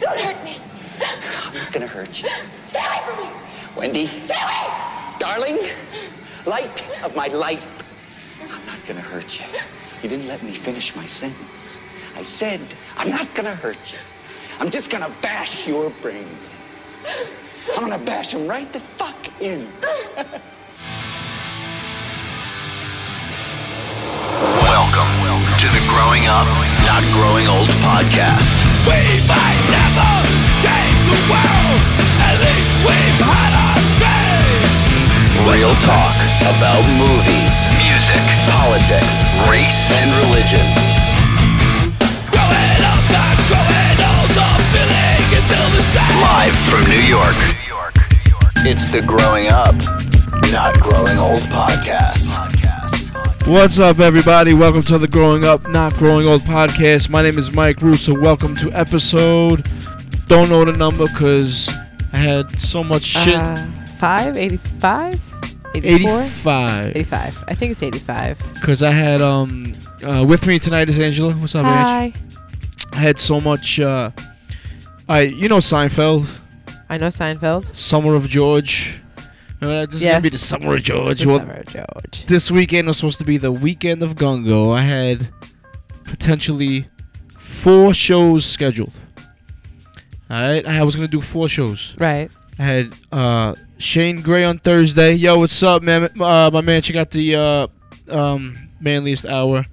Don't hurt me. I'm not gonna hurt you. Stay away from me. Wendy, Stay away. darling, light of my life, I'm not gonna hurt you. You didn't let me finish my sentence. I said, I'm not gonna hurt you. I'm just gonna bash your brains in. I'm gonna bash them right the fuck in. Welcome, to the Growing Up, Not Growing Old podcast. We might never take the world, at least we've had our say. Real talk about movies, music, politics, race, and religion. Growing up, not growing old, the feeling is still the same. Live from New York. It's the Growing Up, Not Growing Old podcast. What's up, everybody? Welcome to the Growing Up, Not Growing Old podcast. My name is Mike Russo. Welcome to episode. Don't know the number because I had so much shit. Uh, 5, 85, 84, 85. 85. I think it's 85. Because I had um uh, with me tonight is Angela. What's up, Angela? Hi. I had so much. Uh, I you know Seinfeld, I know Seinfeld. Summer of George. Remember that? This is gonna be Yes. the Summer of George. The Well, Summer of George. this weekend was supposed to be the weekend of Gungo. I had potentially four shows scheduled. All right, I was gonna do four shows. Right. I had uh, Shane Gray on Thursday. Yo, what's up, man? Uh, my man, check out the uh, um, manliest hour.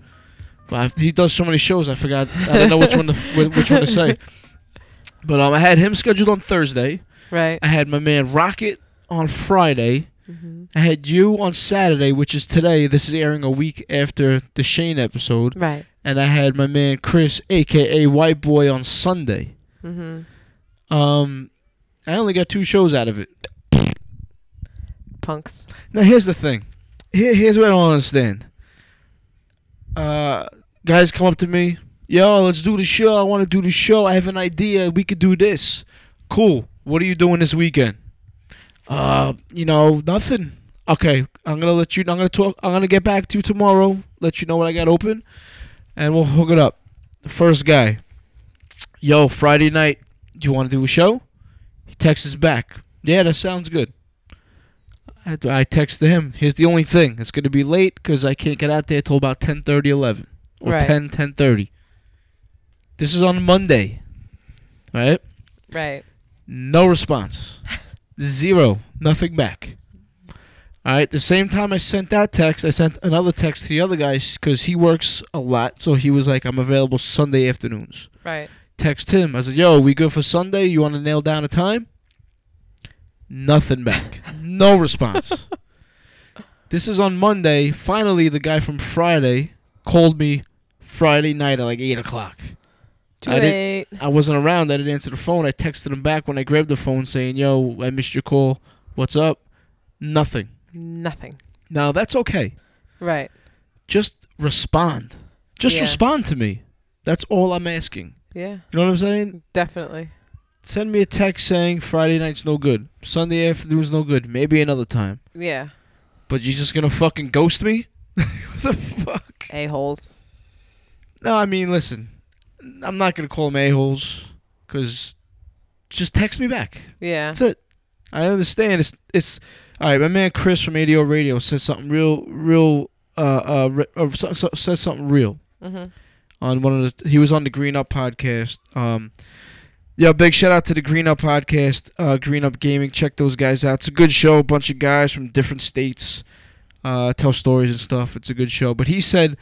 Well, I, he does so many shows. I forgot. I don't know which one to wh- which one to say. But um, I had him scheduled on Thursday. Right. I had my man Rocket on Friday. Mhm. I had you on Saturday, which is today. This is airing a week after the Shane episode. Right. And I had my man Chris, aka White Boy, on Sunday. hmm Um, I only got two shows out of it. Punks. Now here's the thing. Here, here's what I don't understand. Uh, guys come up to me, yo, let's do the show. I want to do the show. I have an idea. We could do this. Cool. What are you doing this weekend? Uh, you know, nothing. Okay, I'm gonna let you. I'm gonna talk. I'm gonna get back to you tomorrow. Let you know what I got open, and we'll hook it up. The first guy, yo, Friday night. Do you want to do a show? He texts us back. Yeah, that sounds good. I, I texted him. Here's the only thing. It's going to be late because I can't get out there till about 10.30, 11. Or Right. ten, ten thirty. This is on Monday. All right? Right. No response. Zero. Nothing back. All right. The same time I sent that text, I sent another text to the other guys because he works a lot. So he was like, I'm available Sunday afternoons. Right. Text him. I said, Yo, we good for Sunday? You want to nail down a time? Nothing back. no response. This is on Monday. Finally, the guy from Friday called me Friday night at like 8 o'clock. Too I didn't- late. I wasn't around. I didn't answer the phone. I texted him back when I grabbed the phone saying, Yo, I missed your call. What's up? Nothing. Nothing. Now, that's okay. Right. Just respond. Just Yeah. respond to me. That's all I'm asking. Yeah. You know what I'm saying? Definitely. Send me a text saying Friday night's no good. Sunday afternoon's no good. Maybe another time. Yeah. But you're just going to fucking ghost me? what the fuck? A-holes. No, I mean, listen. I'm not going to call them a-holes because just text me back. Yeah. That's it. I understand. It's it's all right. My man Chris from ADO Radio said something real, real. Uh, uh, re- or so, so, said something real Mm-hmm. on one of the. He was on the Green Up podcast. Um, yeah, big shout out to the Green Up podcast, uh, Green Up Gaming. Check those guys out. It's a good show. A bunch of guys from different states uh, tell stories and stuff. It's a good show. But he said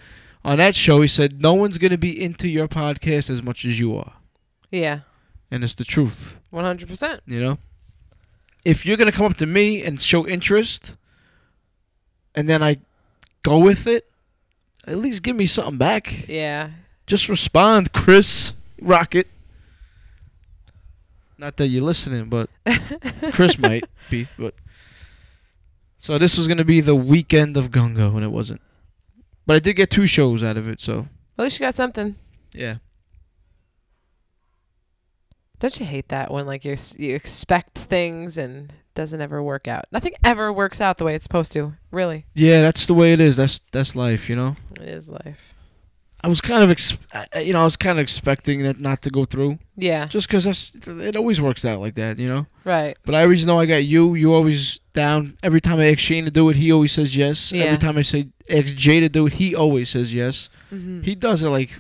on that show, he said no one's gonna be into your podcast as much as you are, Yeah. and it's the truth. 100%. You know, if you're gonna come up to me and show interest, and then I go with it, at least give me something back. Yeah. Just respond, Chris Rocket. Not that you're listening, but Chris might be. But so this was gonna be the weekend of Gungo, and it wasn't. But I did get two shows out of it, so At least you got something. yeah. Don't you hate that when like you you expect things and doesn't ever work out? Nothing ever works out the way it's supposed to. Really, Yeah, that's the way it is. That's that's life, you know. it is life. I was kind of, ex- I- I- you know, I was kind of expecting that not to go through, Yeah. just because that's it always works out like that, you know. Right. But I always know I got you. You always down. Every time I ask Shane to do it, he always says yes. Yeah. Every time I say ask Jay to do it, he always says yes. Mm-hmm. He does it like,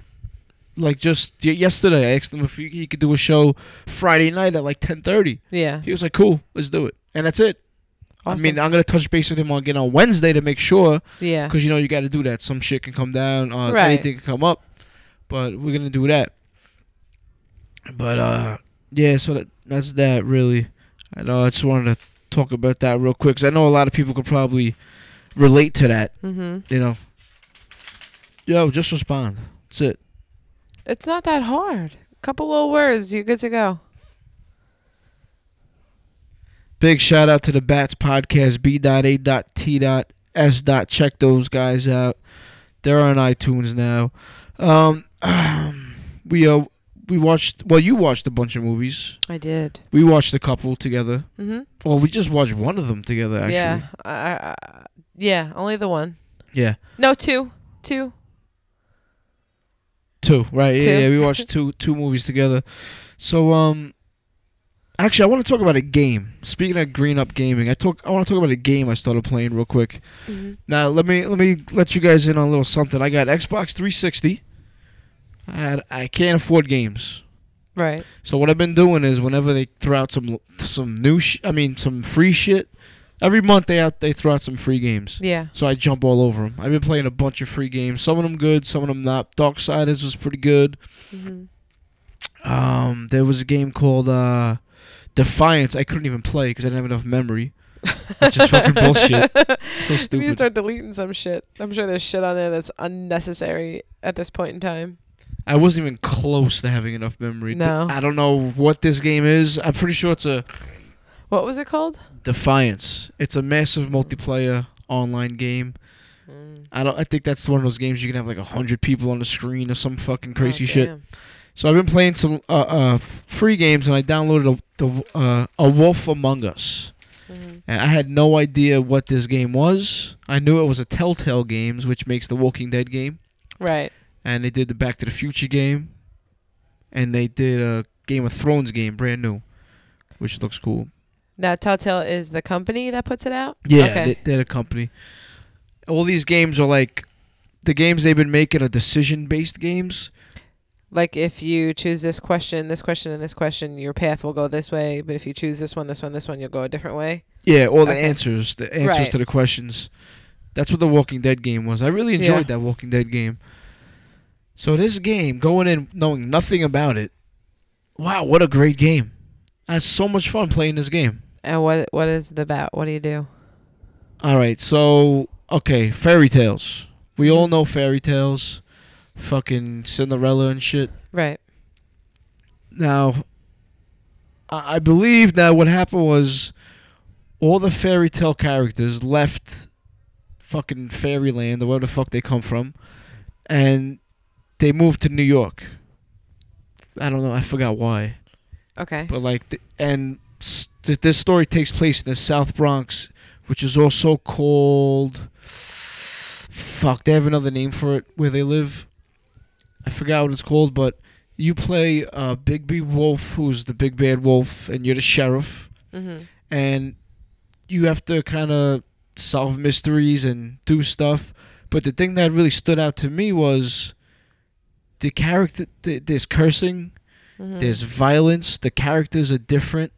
like just y- yesterday. I asked him if he, he could do a show Friday night at like ten thirty. Yeah. He was like, "Cool, let's do it," and that's it. I Awesome. mean, I'm gonna touch base with him again on Wednesday to make sure, yeah. because you know you got to do that. Some shit can come down, uh, Right. anything can come up, but we're gonna do that. But uh, yeah, so that, that's that really. I know I just wanted to talk about that real quick, cause I know a lot of people could probably relate to that. Mm-hmm. You know, yo, just respond. That's it. It's not that hard. Couple little words, you're good to go. Big shout out to the Bats Podcast, B.A.T.S. Check those guys out. They're on iTunes now. Um, we uh, we watched, well, you watched a bunch of movies. I did. We watched a couple together. Mm-hmm. Well, we just watched one of them together, actually. Yeah. I, I, I- yeah. Only the one. Yeah. No, two. Two. Two, right? Yeah, Two. yeah. We watched two two movies together. So, um, actually, I want to talk about a game. Speaking of green up gaming, I talk I want to talk about a game I started playing real quick. Mhm. Now let me let me let you guys in on a little something. I got Xbox 360. I had, I can't afford games, Right. so what I've been doing is whenever they throw out some some new sh- I mean some free shit, every month they out they throw out some free games. Yeah. So I jump all over them. I've been playing a bunch of free games. Some of them good, some of them not. Darksiders was pretty good. Mm-hmm. Um, there was a game called uh, Defiance. I couldn't even play because I didn't have enough memory. Which is fucking bullshit. So You need to stupid. start deleting some shit. I'm sure there's shit on there that's unnecessary at this point in time. I wasn't even close to having enough memory. Th- No. I don't know what this game is. I'm pretty sure it's a What was it called? Defiance. It's a massive multiplayer online game. I don't. I think that's one of those games you can have like a hundred people on the screen or some fucking crazy Oh, shit. damn. So I've been playing some uh, uh, free games and I downloaded a, the, uh, a Wolf Among Us. Mhm. And I had no idea what this game was. I knew it was a Telltale Games, which makes the Walking Dead game, Right. and they did the Back to the Future game, and they did a Game of Thrones game, brand new, which looks cool. Now, Telltale is the company that puts it out. Yeah, Okay. they, they're a company. All these games are like the games they've been making are decision-based games. Like, if you choose this question, this question, and this question, your path will go this way. But if you choose this one, this one, this one, you'll go a different way. Yeah, all the Okay. answers, the answers Right. to the questions. That's what the Walking Dead game was. I really enjoyed that Walking Dead game. So this game, going in knowing nothing about it, wow, what a great game! I had so much fun playing this game. And what what is it about? What do you do? All right, so okay, fairy tales. We all know fairy tales, fucking Cinderella and shit. Right. Now, I I believe that what happened was all the fairy tale characters left fucking fairyland or where the fuck they come from, and they moved to New York. I don't know. I forgot why, Okay. but like, th- and s- th- this story takes place in the South Bronx, which is also called fuck. They have another name for it where they live. I forgot what it's called, but you play uh, Big B Wolf, who's the big bad wolf, and you're the sheriff, Mm-hmm. and you have to kind of solve mysteries and do stuff. But the thing that really stood out to me was the character. Th- there's cursing, Mm-hmm. there's violence. The characters are different.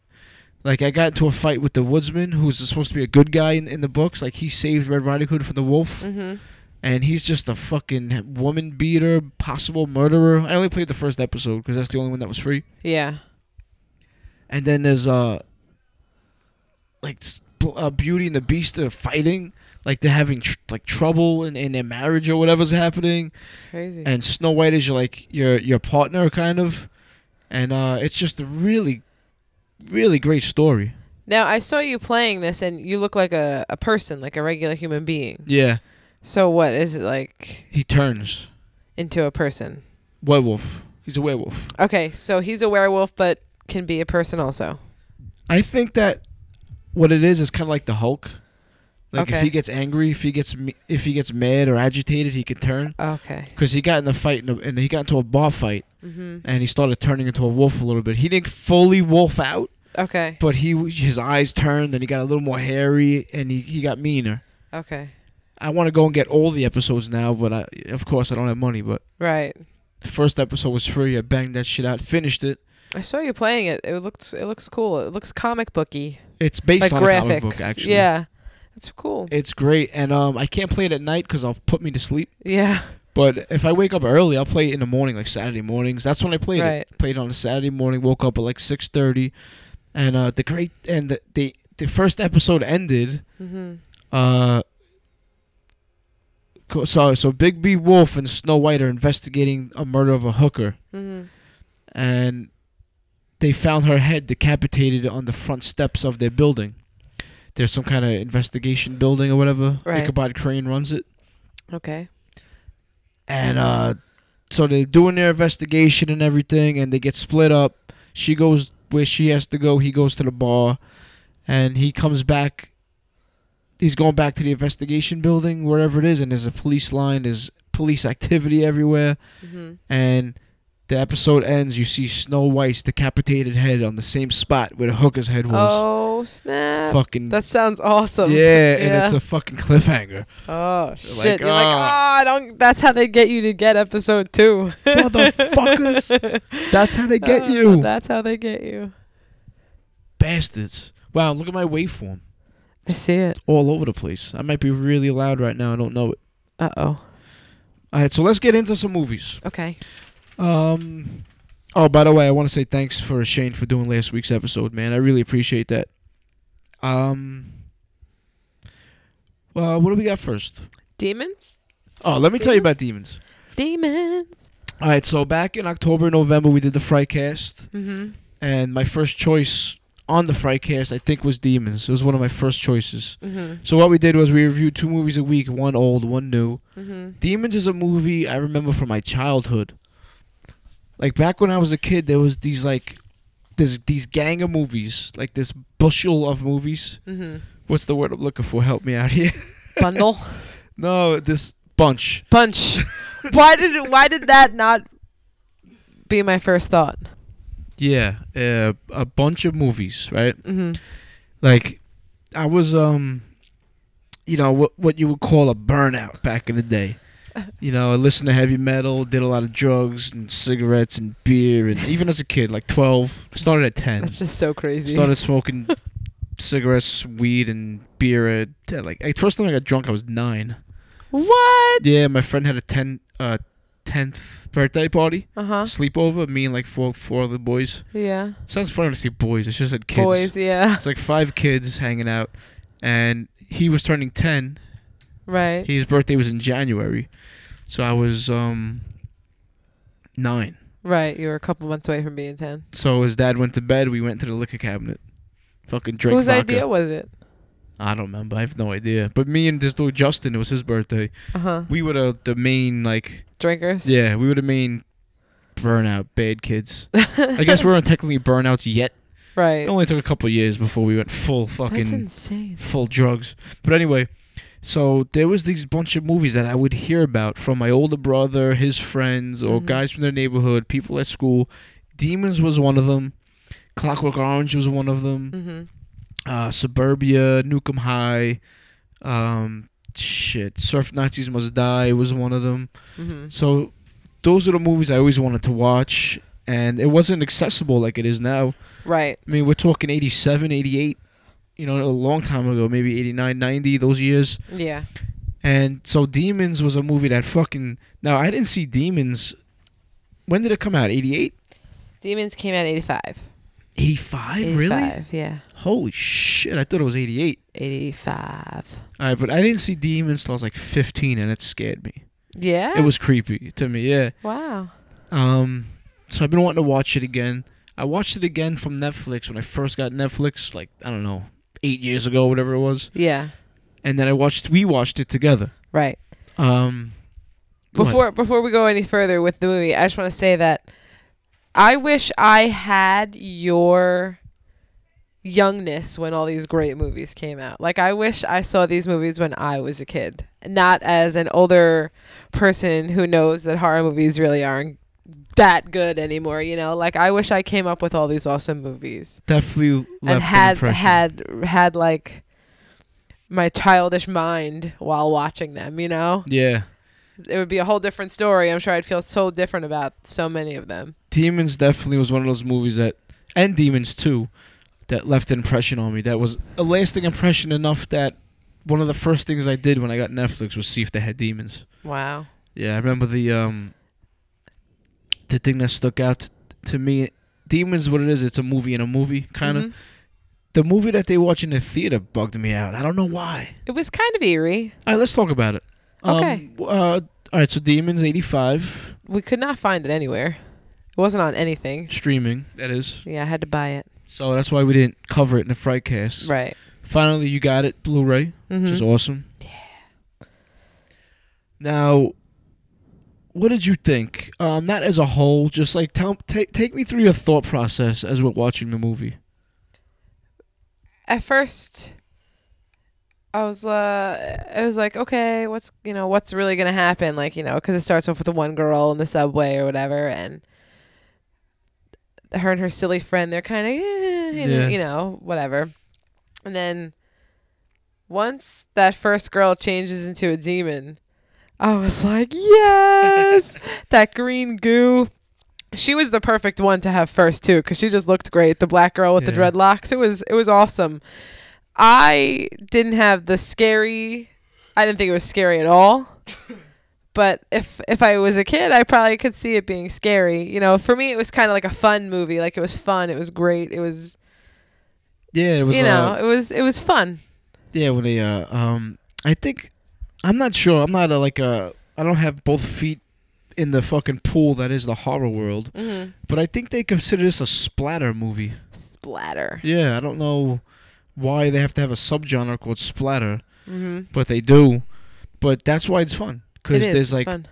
Like I got into a fight with the woodsman, who's supposed to be a good guy in, in the books. Like he saved Red Riding Hood from the wolf Mm-hmm. and he's just a fucking woman beater, possible murderer. I only played the first episode because that's the only one that was free. Yeah. And then there's uh, like s- bl- uh, Beauty and the Beast are fighting, like they're having tr- like trouble in, in their marriage or whatever's happening. It's crazy. And Snow White is your like your your partner kind of, and uh, it's just a really, really great story. Now I saw you playing this, and you look like a, a person, like a regular human being. Yeah, So what is it like he turns into a person? werewolf. He's a werewolf. Okay, so he's a werewolf, but can be a person also. I think that what it is is kind of like the Hulk. Like if Okay. he gets angry, if he gets m- if he gets mad or agitated, he could turn. Okay. Cause he got in a fight in a, and he got into a bar fight, and he started turning into a wolf a little bit. He didn't fully wolf out, Okay. but he w- his eyes turned and he got a little more hairy and he, he got meaner. Okay. I want to go and get all the episodes now, but I of course I don't have money. But Right. the first episode was free. I banged that shit out, finished it. I saw you playing it. It looks it looks cool. It looks comic booky. It's based like on graphics. a comic book, actually. Yeah. That's cool. it's great, and um, I can't play it at night because I'll put me to sleep. yeah. But if I wake up early, I'll play it in the morning, like Saturday mornings. That's when I played Right. it. Played on a Saturday morning. Woke up at like six thirty, and uh, the great and the the, the first episode ended. Mm-hmm. Uh, co- so so Big B Wolf and Snow White are investigating a murder of a hooker, Mm-hmm. and they found her head decapitated on the front steps of their building. There's some kind of investigation building or whatever. Right. Ichabod Crane runs it. Okay. and uh so they're doing their investigation and everything and they get split up she goes where she has to go he goes to the bar and he comes back he's going back to the investigation building wherever it is and there's a police line there's police activity everywhere Mm-hmm. and the episode ends you see snow white's decapitated head on the same spot where the hooker's head was Oh snap! fucking That sounds awesome. yeah, and it's a fucking cliffhanger. oh shit. You're like, oh, "Oh." I don't. That's how they get you to get episode two. Motherfuckers, that's how they get Oh, you, That's how they get you. bastards. Wow, look at my waveform. I see it. all over the place. I might be really loud right now. I don't know it. Uh oh. All right, so let's get into some movies. Okay. Um, oh, by the way, I want to say thanks for Shane for doing last week's episode, man. I really appreciate that. Um, well, what do we got first? Demons. Oh, let me tell you about demons. Demons. All right, so back in October, November, we did the Frycast, Mm-hmm. and my first choice on the Frycast, I think, was Demons. It was one of my first choices. Mm-hmm. So what we did was we reviewed two movies a week, one old, one new. Mm-hmm. Demons is a movie I remember from my childhood. Like back when I was a kid, there was these like, this these gang of movies, like this bushel of movies. Mm-hmm. What's the word I'm looking for? Help me out here. Bundle. no, this bunch. Bunch. why did Why did that not be my first thought? Yeah, uh, a bunch of movies, right? Mm-hmm. Like, I was um, you know what what you would call a burnout back in the day. You know, I listened to heavy metal, did a lot of drugs and cigarettes and beer, and even as a kid, like twelve, I started at ten. That's just so crazy. Started smoking cigarettes, weed, and beer at at, like at first time I got drunk I was nine. what? Yeah, my friend had a ten uh tenth birthday party Uh huh. sleepover. Me and like four four other boys. Yeah. Sounds funny to say boys. It's just like kids. Boys. Yeah. It's like five kids hanging out, and he was turning ten. Right. His birthday was in January, so I was um nine. Right, you were a couple months away from being ten. So his dad went to bed. We went to the liquor cabinet. Fucking drink Whose vodka. idea was it? I don't remember. I have no idea. But me and this dude Justin, it was his birthday. Uh huh. We were the, the main like Drinkers. yeah, we were the main burnout bad kids. I guess we weren't technically burnouts yet. Right. It only took a couple years before we went full That's fucking insane. full drugs. But anyway, so there was these bunch of movies that I would hear about from my older brother, his friends, or Mhm. guys from their neighborhood, people at school. Demons was one of them. Clockwork Orange was one of them. Mhm. uh, Suburbia, Nukem High, um, shit, Surf Nazis Must Die was one of them. Mhm. So those are the movies I always wanted to watch, and it wasn't accessible like it is now. Right. I mean, we're talking 87, 88, you know, a long time ago, maybe 89, 90, those years. Yeah. And so Demons was a movie that fucking. Now, I didn't see Demons. When did it come out? 88? Demons came out 85. 85? 85. Really? Yeah. Holy shit, I thought it was 88. 85. All right, but I didn't see demons till I was like 15, and it scared me. Yeah. It was creepy to me, yeah. wow. Um, so I've been wanting to watch it again. I watched it again from Netflix when I first got Netflix, like I don't know, eight years ago, whatever it was. Yeah. And then I watched, we watched it together. Right. Um, what? Before before we go any further with the movie, I just want to say that I wish I had your youngness when all these great movies came out. Like I wish I saw these movies when I was a kid, not as an older person who knows that horror movies really aren't that good anymore, you know? Like I wish I came up with all these awesome movies Definitely left an and had impression. had had like my childish mind while watching them, you know? yeah. It would be a whole different story. I'm sure I'd feel so different about so many of them. Demons definitely was one of those movies that, and Demons too, that left an impression on me. That was a lasting impression enough that one of the first things I did when I got Netflix was see if they had demons. Wow. Yeah, I remember the um, the thing that stuck out t- to me. Demons, what it is, it's a movie in a movie, kind of. Mhm. The movie that they watch in the theater bugged me out. I don't know why. It was kind of eerie. All right, let's talk about it. Um, Okay. w- uh, all right, so Demons, eighty-five We could not find it anywhere. It wasn't on anything. streaming. That is. Yeah, I had to buy it. So that's why we didn't cover it in the Frightcast. Right. Finally, you got it, Blu-ray, which is Mm-hmm. awesome. Yeah. Now, what did you think? Um, not as a whole, just like tell, take take me through your thought process as we're watching the movie. At first, I was uh, I was like, okay, what's you know what's really gonna happen? Like you know, because it starts off with the one girl in the subway or whatever, and her and her silly friend, they're kind of you, know, Yeah. you know whatever, and then once that first girl changes into a demon, I was like, yes, that green goo. She was the perfect one to have first too, because she just looked great. The black girl with the Yeah. dreadlocks, it was it was awesome. I didn't have the scary. I didn't think it was scary at all. But if if I was a kid, I probably could see it being scary. You know, for me, it was kind of like a fun movie. Like it was fun. It was great. It was, Yeah, it was. you know, uh, it was it was fun. yeah, when they uh, um, I think I'm not sure. I'm not a, like a. I don't have both feet in the fucking pool that is the horror world, Mm-hmm. but I think they consider this a splatter movie. Splatter. Yeah, I don't know why they have to have a subgenre called splatter. Mm-hmm. but they do. But that's why it's fun It because is. there's It's like fun.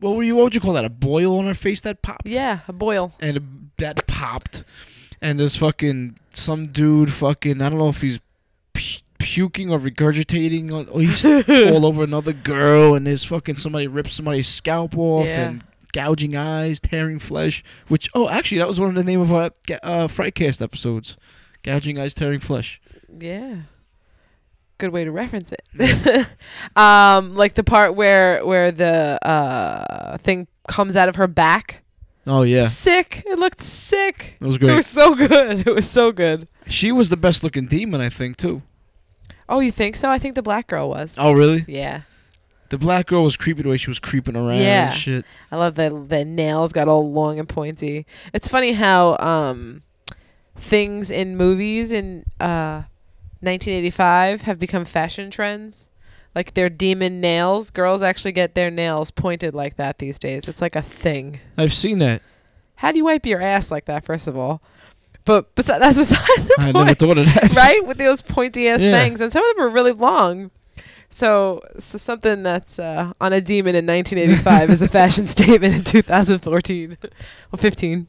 what were you? What would you call that? A boil on her face that popped. Yeah, a boil. and it- that popped. And there's fucking some dude fucking I don't know if he's pu- puking or regurgitating on or he's all over another girl. And there's fucking somebody ripped somebody's scalp off Yeah. and gouging eyes, tearing flesh. Which oh, actually that was one of the name of our uh, Frightcast episodes. Gouging eyes, tearing flesh. Yeah. Good way to reference it. um, like the part where where the uh thing comes out of her back. Oh yeah, Sick. It looked sick. that was great. It was so good. It was so good. she was the best looking demon, I think, too. Oh, you think so? I think the black girl was. Oh really? Yeah. The black girl was creepy the way she was creeping around Yeah. and shit. I love that the nails got all long and pointy. It's funny how um things in movies in uh 1985 have become fashion trends. Like their demon nails, girls actually get their nails pointed like that these days. It's like a thing. I've seen that. How do you wipe your ass like that first of all? But besi- that's beside the I point never thought of that. right? With those pointy ass Yeah. fangs, and some of them are really long. So, so something that's uh, on a demon in 1985 is a fashion statement in 2014 or 15.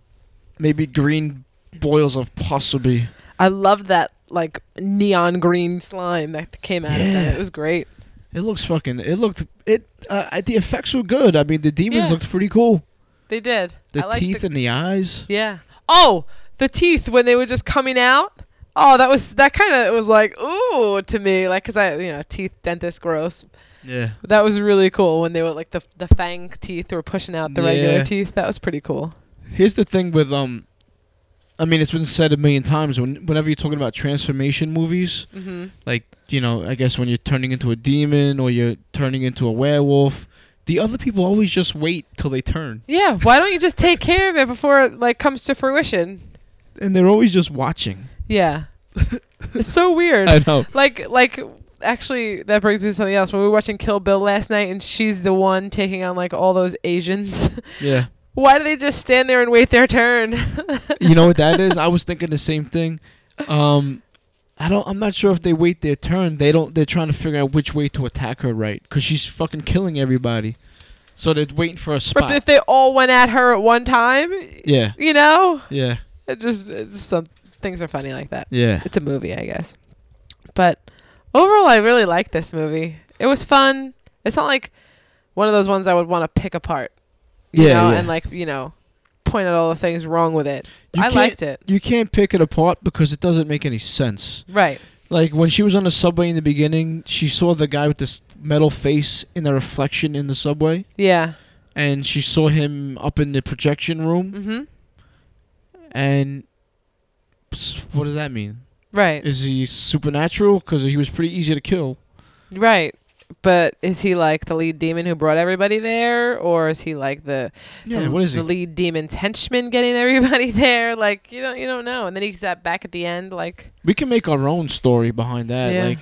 Maybe green boils of possibly. I loved that like neon green slime that came out of that. Yeah. It was great. It looks fucking. It looked. It. Uh, I- the effects were good. I mean, the demons Yeah. looked pretty cool. They did. I The liked teeth and the eyes. yeah. Oh, the teeth when they were just coming out. Oh, that was that kind of it was like ooh to me, like 'cause I you know teeth dentist gross, Yeah. That was really cool when they were like the the fang teeth were pushing out the Yeah. regular teeth. That was pretty cool. Here's the thing with um. I mean, it's been said a million times. When whenever you're talking about transformation movies, Mm-hmm. like you know, I guess when you're turning into a demon or you're turning into a werewolf, the other people always just wait till they turn, Yeah. Why don't you just take care of it before it like comes to fruition? and they're always just watching. Yeah. it's so weird. I know. like like actually that brings me to something else. When we were watching Kill Bill last night, and she's the one taking on like all those Asians. Yeah. Why do they just stand there and wait their turn? you know what that is? I was thinking the same thing. Um, I don't. I'm not sure if they wait their turn. They don't. They're trying to figure out which way to attack her, right? Because she's fucking killing everybody. So they're waiting for a But spot. if they all went at her at one time, yeah, you know, yeah. it just it's some things are funny like that. Yeah. It's a movie, I guess. But overall, I really liked this movie. It was fun. It's not like one of those ones I would want to pick apart. You Yeah, know, yeah. And like, you know, point out all the things wrong with it. You I can't- liked it. You can't pick it apart because it doesn't make any sense. Right. Like when she was on the subway in the beginning, she saw the guy with this metal face in the reflection in the subway, Yeah. and she saw him up in the projection room. Mhm. And s- what does that mean? Right. Is he supernatural? Because he was pretty easy to kill. right. But is he like the lead demon who brought everybody there or is he like the Yeah, the, what is the he? lead demon's henchman getting everybody there? Like, you don't you don't know. And then he sat back at the end like We can make our own story behind that. Yeah. Like,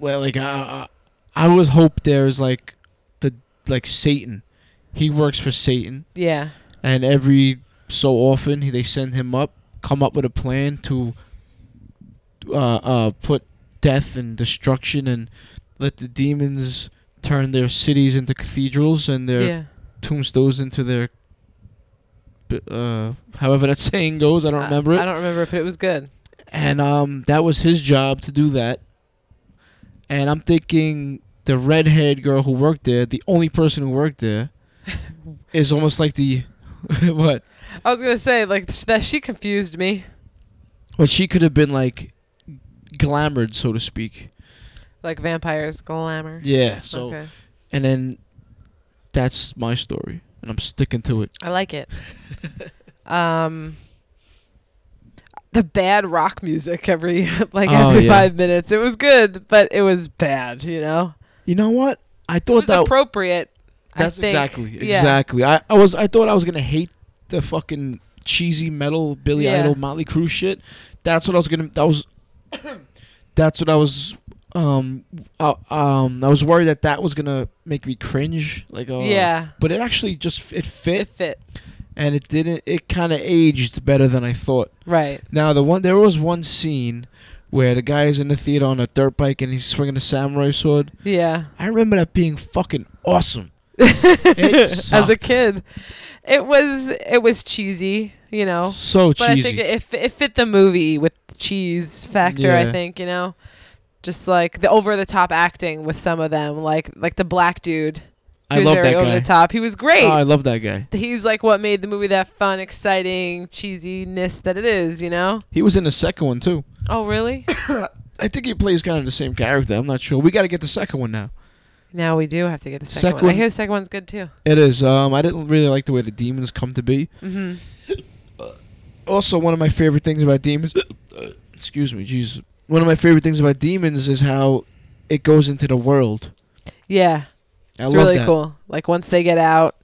well, like I, I, I would hope there is like the like Satan. He works for Satan, yeah. and every so often he, they send him up, come up with a plan to uh, uh, put death and destruction and let the demons turn their cities into cathedrals and their Yeah. tombstones into their. b- Uh, however that saying goes, I don't remember it I don't remember it, but it was good. and um, that was his job to do that. And I'm thinking the redhead girl who worked there, the only person who worked there, is almost like the what? I was gonna say like sh- that she confused me. But she could have been like glamored, so to speak. Like vampires glamour. Yeah. So okay. and then that's my story, and I'm sticking to it. I like it. um the bad rock music every like Oh, every yeah. 5 minutes. It was good, but it was bad, you know. You know what? I It thought was that appropriate. I that's think. exactly Yeah. exactly. I, I was I thought I was gonna hate the fucking cheesy metal Billy Yeah. Idol Motley Crue shit. That's what I was gonna. That was that's what I was. Um, uh, um, I was worried that that was gonna make me cringe. Like, oh, Yeah. But it actually just it fit, It fit. and it didn't. It kind of aged better than I thought. Right. Now the one there was one scene where the guy is in the theater on a dirt bike and he's swinging a samurai sword. Yeah. I remember that being fucking awesome. As a sucked. kid, it was it was cheesy, you know. So Oh, But cheesy. I think it, it, fit- it fit the movie with the cheese factor. I Yeah. think you know, just like the over the top acting with some of them, like like the black dude. I who's love very that over guy. the top. He was great. Oh, I love that guy. He's like what made the movie that fun, exciting, cheesiness that it is. You know. He was in the second one too. Oh really? I think he plays kind of the same character. I'm not sure. We got to get the second one now. now we do have to get the second, Second- one. I hear the second one's good too. It is. Um, I didn't really like the way the demons come to be. Mm-hmm. Also, one of my favorite things about demons. excuse me, jeez. One of my favorite things about demons is how it goes into the world. Yeah. I It's love really that. cool. Like once they get out,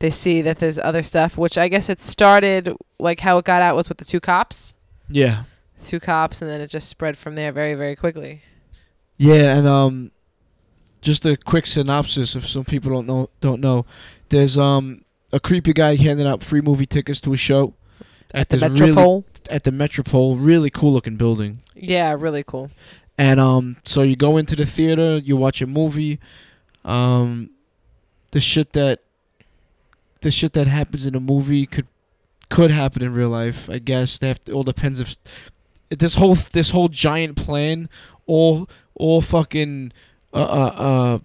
they see that there's other stuff, which I guess it started like how it got out was with the two cops, Yeah, two cops, and then it just spread from there very very quickly. yeah, and um, just a quick synopsis if some people don't know don't know. There's um a creepy guy handing out free movie tickets to a show at, The this really Metropole. at the Metropole, really cool looking building. Yeah, really cool. And um, so you go into the theater, you watch a movie, um, the shit that the shit that happens in a movie could could happen in real life. I guess they have to, all depends if this whole this whole giant plan, all all fucking uh uh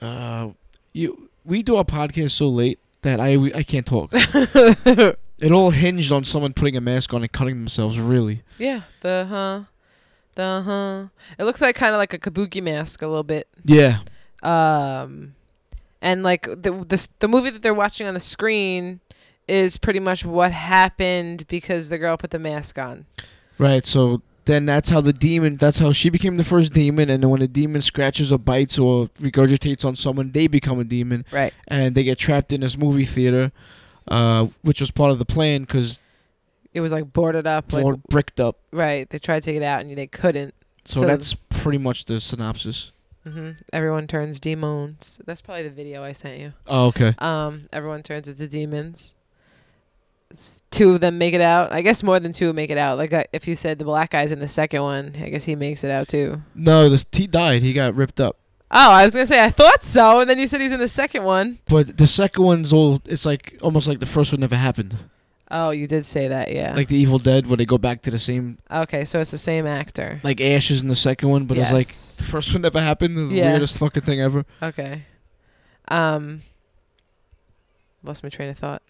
uh, uh you we do our podcast so late that I I can't talk. it all hinged on someone putting a mask on and cutting themselves. Really. Yeah, the huh, the huh. It looks like kind of like a kabuki mask a little bit. Yeah. Um, and like the the s- the movie that they're watching on the screen is pretty much what happened because the girl put the mask on. Right. So then that's how the demon. That's how she became the first demon. And then when a demon scratches or bites or regurgitates on someone, they become a demon, Right. and they get trapped in this movie theater, uh, which was part of the plan because It was like boarded up. Like, floor bricked up. Right. They tried to get out and they couldn't. So, So- that's pretty much the synopsis. hmm Everyone turns demons. That's probably the video I sent you. Oh, okay. Um, everyone turns into demons. S- Two of them make it out. I guess more than two make it out. Like uh, if you said the black guy's in the second one, I guess he makes it out too. No, this, he died. He got ripped up. Oh, I was gonna say I thought so, and then you said he's in the second one. But the second one's all. It's like almost like the first one never happened. Oh, you did say that, yeah. Like the Evil Dead, where they go back to the same okay, so it's the same actor. like ashes in the second one, but it's like Yes. the first one never happened. The Yeah. weirdest fucking thing ever. Okay. Um lost my train of thought.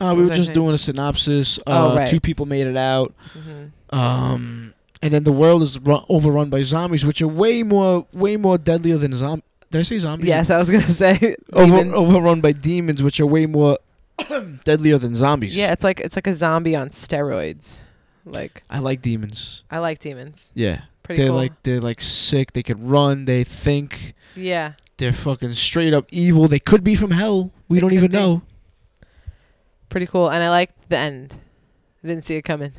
Uh, What we was were I just saying? doing a synopsis. Uh, Oh, right. Two people made it out. hmm Um, and then the world is run- overrun by zombies, which are way more, way more deadlier than zombies. Did I say zombies? Yes, I was going to say Over- demons. overrun by demons, which are way more deadlier than zombies. Yeah, it's like it's like a zombie on steroids. Like I like demons. I like demons. Yeah, Pretty they're cool. like they're like sick. They could run. They think. yeah. They're fucking straight up evil. They could be from hell. We They don't could even be. know. Pretty cool. And I liked the end. I didn't see it coming.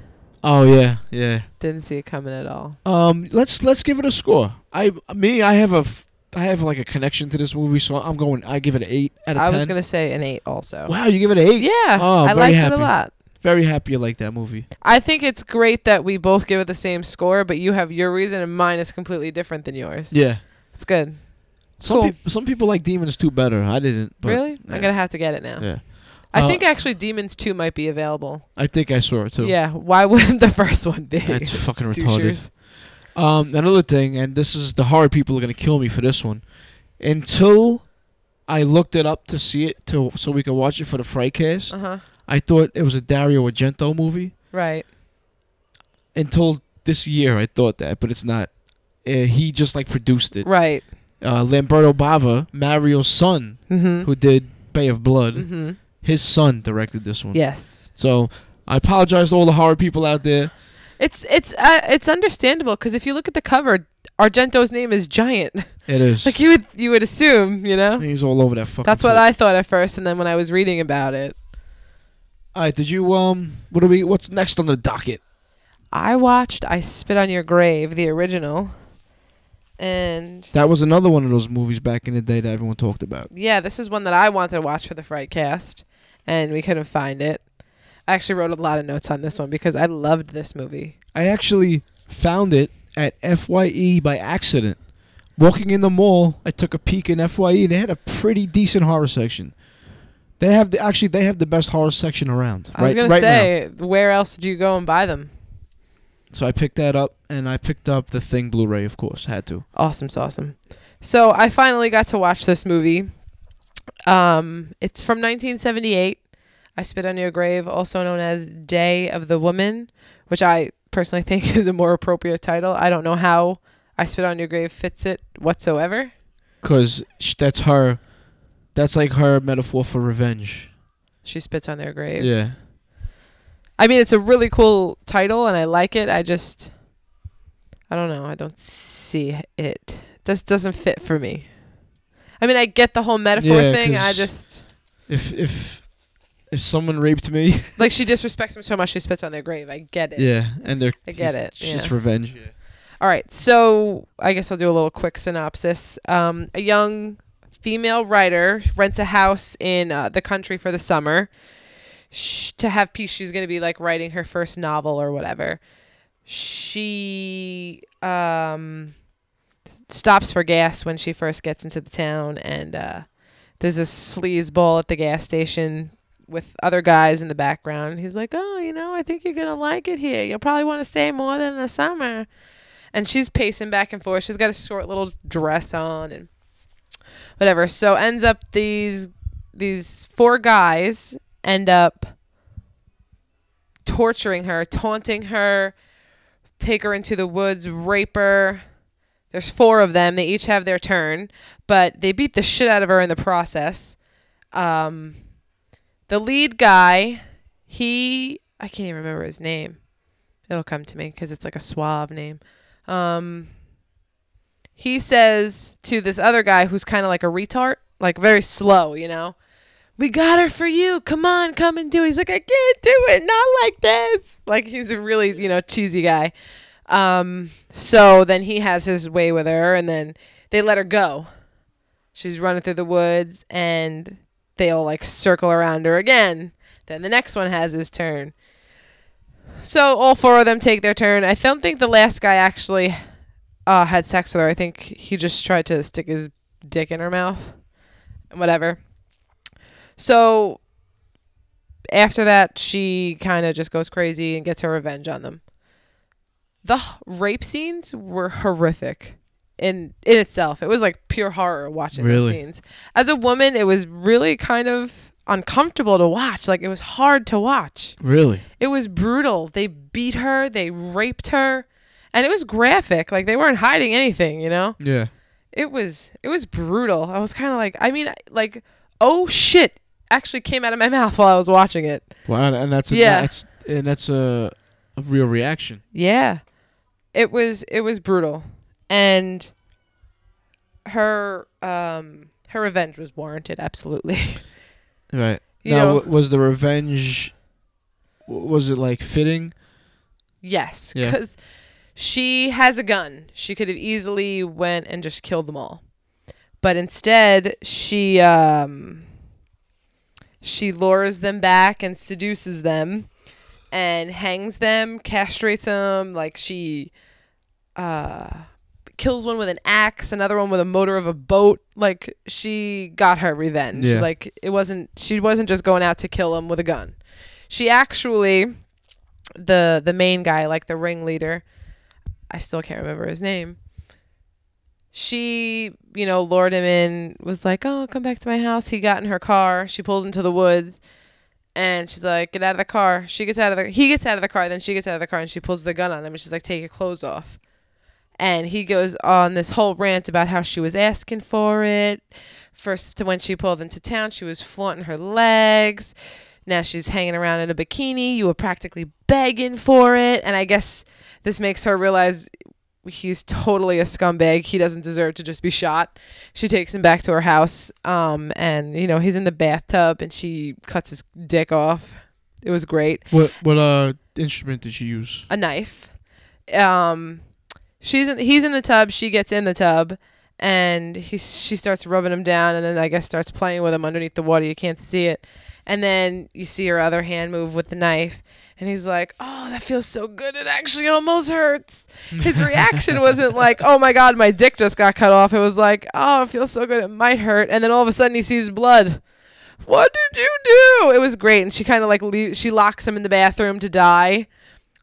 Oh yeah, yeah. Didn't see it coming at all. Um, let's let's give it a score. I me I have a f- I have like a connection to this movie, so I'm going. I give it an eight out of I ten. was gonna say an eight also. wow, you give it an eight. Yeah. Oh, I very liked happy. it a lot. Very happy you like that movie. I think it's great that we both give it the same score, but you have your reason and mine is completely different than yours. Yeah. It's good. Some Cool. peop- some people like Demons Two better. I didn't. But really? yeah. I'm gonna have to get it now. Yeah. I Uh, think actually Demons Two might be available. I think I saw it too. Yeah. Why wouldn't the first one be? That's fucking retarded. Douchers. Um, another thing, and this is the horror people are gonna kill me for this one. Until I looked it up to see it to so we could watch it for the Frycast, Uh huh. I thought it was a Dario Argento movie. Right. until this year I thought that, but it's not. Uh, he just like produced it. Right. Uh, Lamberto Bava, Mario's son, Mm-hmm. who did Bay of Blood, Mm-hmm. his son directed this one. Yes. So I apologize to all the horror people out there. It's it's uh, it's understandable because if you look at the cover, Argento's name is giant. It is. like you would you would assume, you know. He's all over that fucking. That's what clip. I thought at first, and then when I was reading about it, All right. Did you um? What do we? What's next on the docket? I watched I Spit on Your Grave, the original. And That was another one of those movies back in the day that everyone talked about. yeah, this is one that I wanted to watch for the Frightcast, and we couldn't find it. I actually wrote a lot of notes on this one because I loved this movie. I actually found it at Fye by accident. Walking in the mall, I took a peek in Fye. They had a pretty decent horror section. They have the actually they have the best horror section around. I was right, gonna right say, where else did you go and buy them? now. So I picked that up, and I picked up the Thing Blu-ray. Of course, had to. Awesome, awesome. So I finally got to watch this movie. Um, it's from 1978. I Spit on Your Grave, also known as Day of the Woman, which I personally think is a more appropriate title. I don't know how I Spit on Your Grave fits it whatsoever. Cause sh- that's her. That's like her metaphor for revenge. She spits on their grave. Yeah. I mean, it's a really cool title and I like it. I just, I don't know. I don't see it. This doesn't fit for me. I mean, I get the whole metaphor Yeah, thing. I 'cause- just. If if if someone raped me, Like she disrespects him so much she spits on their grave. I get it. yeah, and they're I get it's it, Just yeah. revenge. All right. So I guess I'll do a little quick synopsis. Um, a young female writer rents a house in uh, the country for the summer. Sh to have peace, she's going to be like writing her first novel or whatever. She um, s- stops for gas when she first gets into the town, and uh, there's a sleazeball at the gas station with other guys in the background. He's like, "Oh, you know, I think you're gonna like it here. You'll probably want to stay more than the summer." And she's pacing back and forth. She's got a short little dress on and whatever. So ends up these these four guys end up torturing her, taunting her, take her into the woods, rape her. There's four of them. They each have their turn, but they beat the shit out of her in the process. Um, the lead guy, he I can't even remember his name. It'll come to me because it's like a suave name. Um, he says to this other guy who's kind of like a retard, like very slow, you know. We got her for you. Come on, come and do. it." He's like, I can't do it. Not like this. Like he's a really, you know, cheesy guy. Um, so then he has his way with her, and then they let her go. She's running through the woods, and they'll like circle around her again. Then the next one has his turn. So all four of them take their turn. I don't think the last guy actually uh, had sex with her. I think he just tried to stick his dick in her mouth, whatever. So after that, she kind of just goes crazy and gets her revenge on them. The h- rape scenes were horrific in in itself. It was like pure horror watching those Really? scenes. As a woman, it was really kind of uncomfortable to watch. Like it was hard to watch. Really? It was brutal. They beat her, they raped her, and it was graphic. Like they weren't hiding anything, you know? Yeah. it was it was brutal. I was kind of like, I mean, I- like, oh shit, actually came out of my mouth while I was watching it. Wow. And that's a, Yeah. that's and that's a, a real reaction. Yeah, it was it was brutal, and her um her revenge was warranted absolutely. Right. You now, know- w- was the revenge? w- Was it like fitting? yes, Yeah. because she has a gun. She could have easily went and just killed them all, but instead she um she lures them back and seduces them. and hangs them, castrates them. Like she uh, kills one with an axe, another one with a motor of a boat. Like she got her revenge. Yeah. Like it wasn't she wasn't just going out to kill him with a gun. She actually the the main guy, like the ringleader, I still can't remember his name. She, you know, lured him in, was like, Oh, come back to my house. He got in her car. She pulls into the woods and she's like, "Get out of the car." She gets out of the. He gets out of the car. Then she gets out of the car, and she pulls the gun on him. And she's like, "Take your clothes off." And he goes on this whole rant about how she was asking for it. First, when she pulled into town, she was flaunting her legs. Now she's hanging around in a bikini. You were practically begging for it. And I guess this makes her realize he's totally a scumbag. He doesn't deserve to just be shot. She takes him back to her house, um, and you know he's in the bathtub, and she cuts his dick off. It was great. What what uh instrument did you use? A knife. Um, she's in, he's in the tub. She gets in the tub, and he she starts rubbing him down, and then I guess starts playing with him underneath the water. You can't see it, and then you see her other hand move with the knife. And he's like, "Oh, that feels so good. It actually almost hurts." His reaction wasn't like, "Oh my god, my dick just got cut off." It was like, "Oh, it feels so good. It might hurt." And then all of a sudden, he sees blood. What did you do? It was great. And she kind of like le- she locks him in the bathroom to die,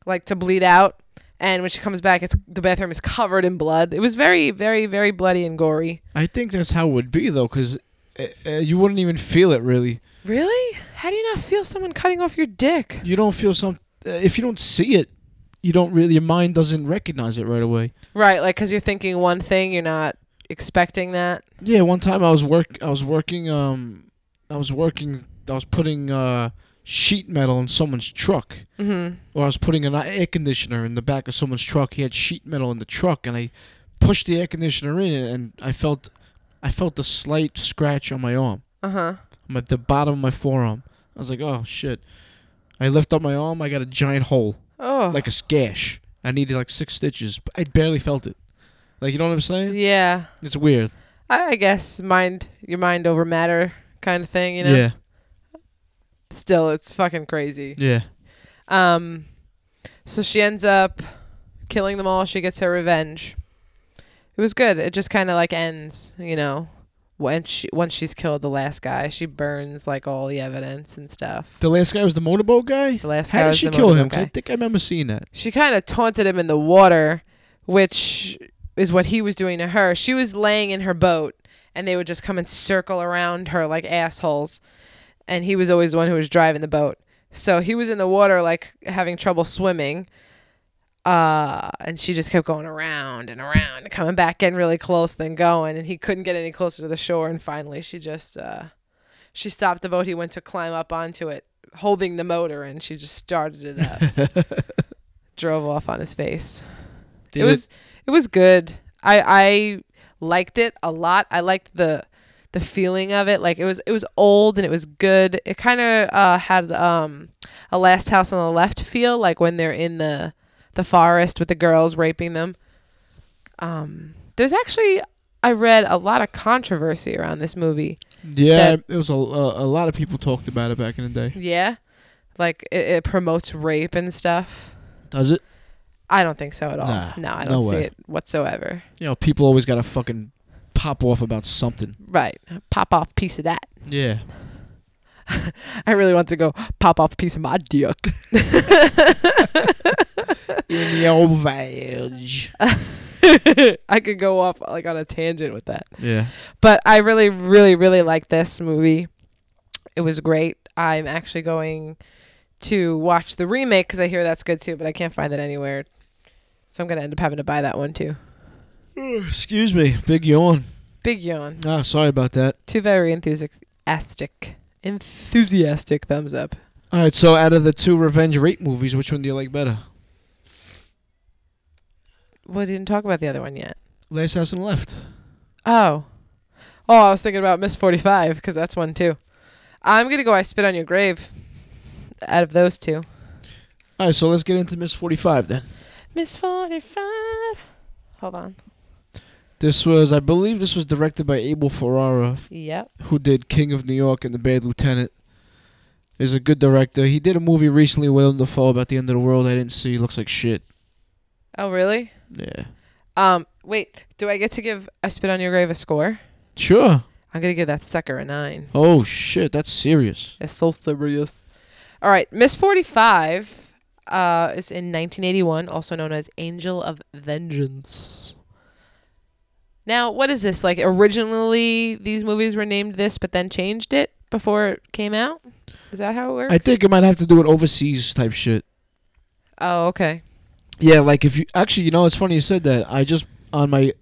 like to bleed out. And when she comes back, it's the bathroom is covered in blood. It was very, very, very bloody and gory. I think that's how it would be though, because uh, uh, you wouldn't even feel it really. Really? How do you not feel someone cutting off your dick? You don't feel some uh, if you don't see it. You don't really. Your mind doesn't recognize it right away. Right, like because you're thinking one thing, you're not expecting that. Yeah, one time I was work I was working um I was working I was putting uh sheet metal in someone's truck. Mm-hmm. Or I was putting an air conditioner in the back of someone's truck. He had sheet metal in the truck and I pushed the air conditioner in and I felt I felt a slight scratch on my arm. Uh huh. I'm at the bottom of my forearm. I was like, "Oh shit." I lift up my arm, I got a giant hole, Oh. like a gash. I needed like 6 stitches. but I barely felt it. Like, you know what I'm saying? yeah. It's weird. I, I guess mind your mind over matter kind of thing. You know. Yeah. Still, it's fucking crazy. Yeah. Um, so she ends up killing them all. She gets her revenge. It was good. It just kind of like ends, you know. Once she once she's killed the last guy, she burns like all the evidence and stuff. The last guy was the motorboat guy. The last guy How did was she the kill motorboat him? 'Cause guy. I think I remember seeing that. she kind of taunted him in the water, which is what he was doing to her. She was laying in her boat, and they would just come and circle around her like assholes. And he was always the one who was driving the boat. So he was in the water, like having trouble swimming. Uh, and she just kept going around and around, and coming back, getting really close, then going. And he couldn't get any closer to the shore. And finally, she just uh, she stopped the boat. He went to climb up onto it, holding the motor, and she just started it up drove off on his face. Did it was it, was good. I I liked it a lot. I liked the the feeling of it. Like it was it was old and it was good. It kind of uh, had um a last house on the left feel like when they're in the the forest with the girls raping them. Um there's actually I read a lot of controversy around this movie. yeah, that- it was a, a a lot of people talked about it back in the day. Yeah. Like it, it promotes rape and stuff. Does it? I don't think so at all. Nah, no, I no don't see way. it whatsoever. You know, people always got to fucking pop off about something. Right. Pop off piece of that. Yeah. I really want to go pop off a piece of my dick. In your vag. I could go off like on a tangent with that. Yeah. But I really, really, really like this movie. It was great. I'm actually going to watch the remake because I hear that's good too, but I can't find it anywhere. So I'm gonna end up having to buy that one too. Excuse me. Big yawn. Big yawn. Ah, sorry about that. Two very enthusiastic, enthusiastic thumbs up. All right, so out of the two revenge rape movies, which one do you like better? Well, I didn't talk about the other one yet. Last House on the Left. Oh, oh, I was thinking about Miss Forty Five because that's one too. I'm gonna go. I spit on your grave. Out of those two, All right, so let's get into Miss 45 then. Miss Forty Five. Hold on. This was, I believe, this was directed by Abel Ferrara, Yep. who did King of New York and The Bad Lieutenant. Is a good director. He did a movie recently with Willem Dafoe about the end of the world. I didn't see. Looks like shit. Oh, really? Yeah. Um, wait. Do I get to give I spit on your grave a score? Sure. I'm gonna give that sucker a nine. Oh shit, that's serious. It's so serious. All right, Miss 45 uh, is in 1981, also known as Angel of Vengeance. Now, what is this? Like, originally these movies were named this, but then changed it before it came out? Is that how it works? I think it might have to do with overseas type shit. oh, okay. Yeah, like if you actually, you know, it's funny you said that. I just on my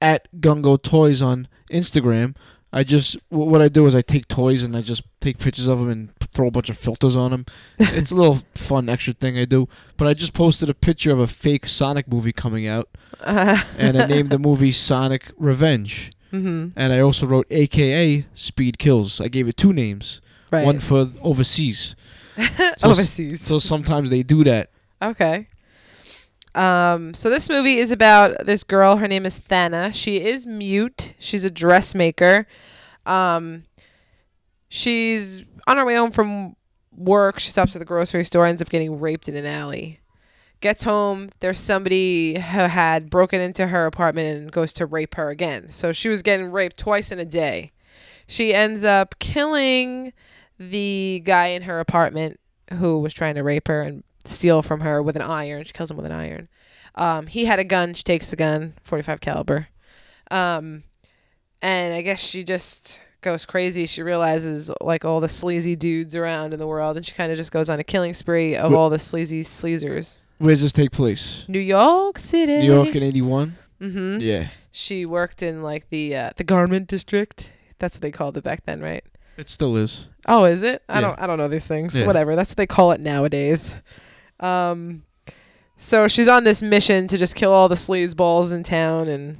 at Gungo Toys on Instagram. I just wh- what I do is I take toys and I just take pictures of them and p- throw a bunch of filters on them. it's a little fun extra thing I do. But I just posted a picture of a fake Sonic movie coming out, Uh, and I named the movie Sonic Revenge. mm-hmm. And I also wrote AKA Speed Kills. I gave it two names, Right. one for overseas. So s- Overseas. So sometimes they do that. Okay. Um, so this movie is about this girl. Her name is Thana. She is mute. She's a dressmaker. Um, she's on her way home from work. She stops at the grocery store. Ends up getting raped in an alley. Gets home. There's somebody who had broken into her apartment and goes to rape her again. So she was getting raped twice in a day. She ends up killing the guy in her apartment who was trying to rape her and steal from her with an iron. She kills him with an iron. Um, he had a gun. She takes the gun, 45 caliber. Um, and I guess she just goes crazy. She realizes like all the sleazy dudes around in the world, and she kind of just goes on a killing spree of Wh- all the sleazy sleazers. Where does this take place? New York City. New York in '81. hmm Yeah, She worked in like the uh, the garment district. That's what they called it back then, right? it still is. Oh, is it? I Yeah. don't I don't know these things. Yeah. Whatever. That's what they call it nowadays. Um so she's on this mission to just kill all the sleaze balls in town and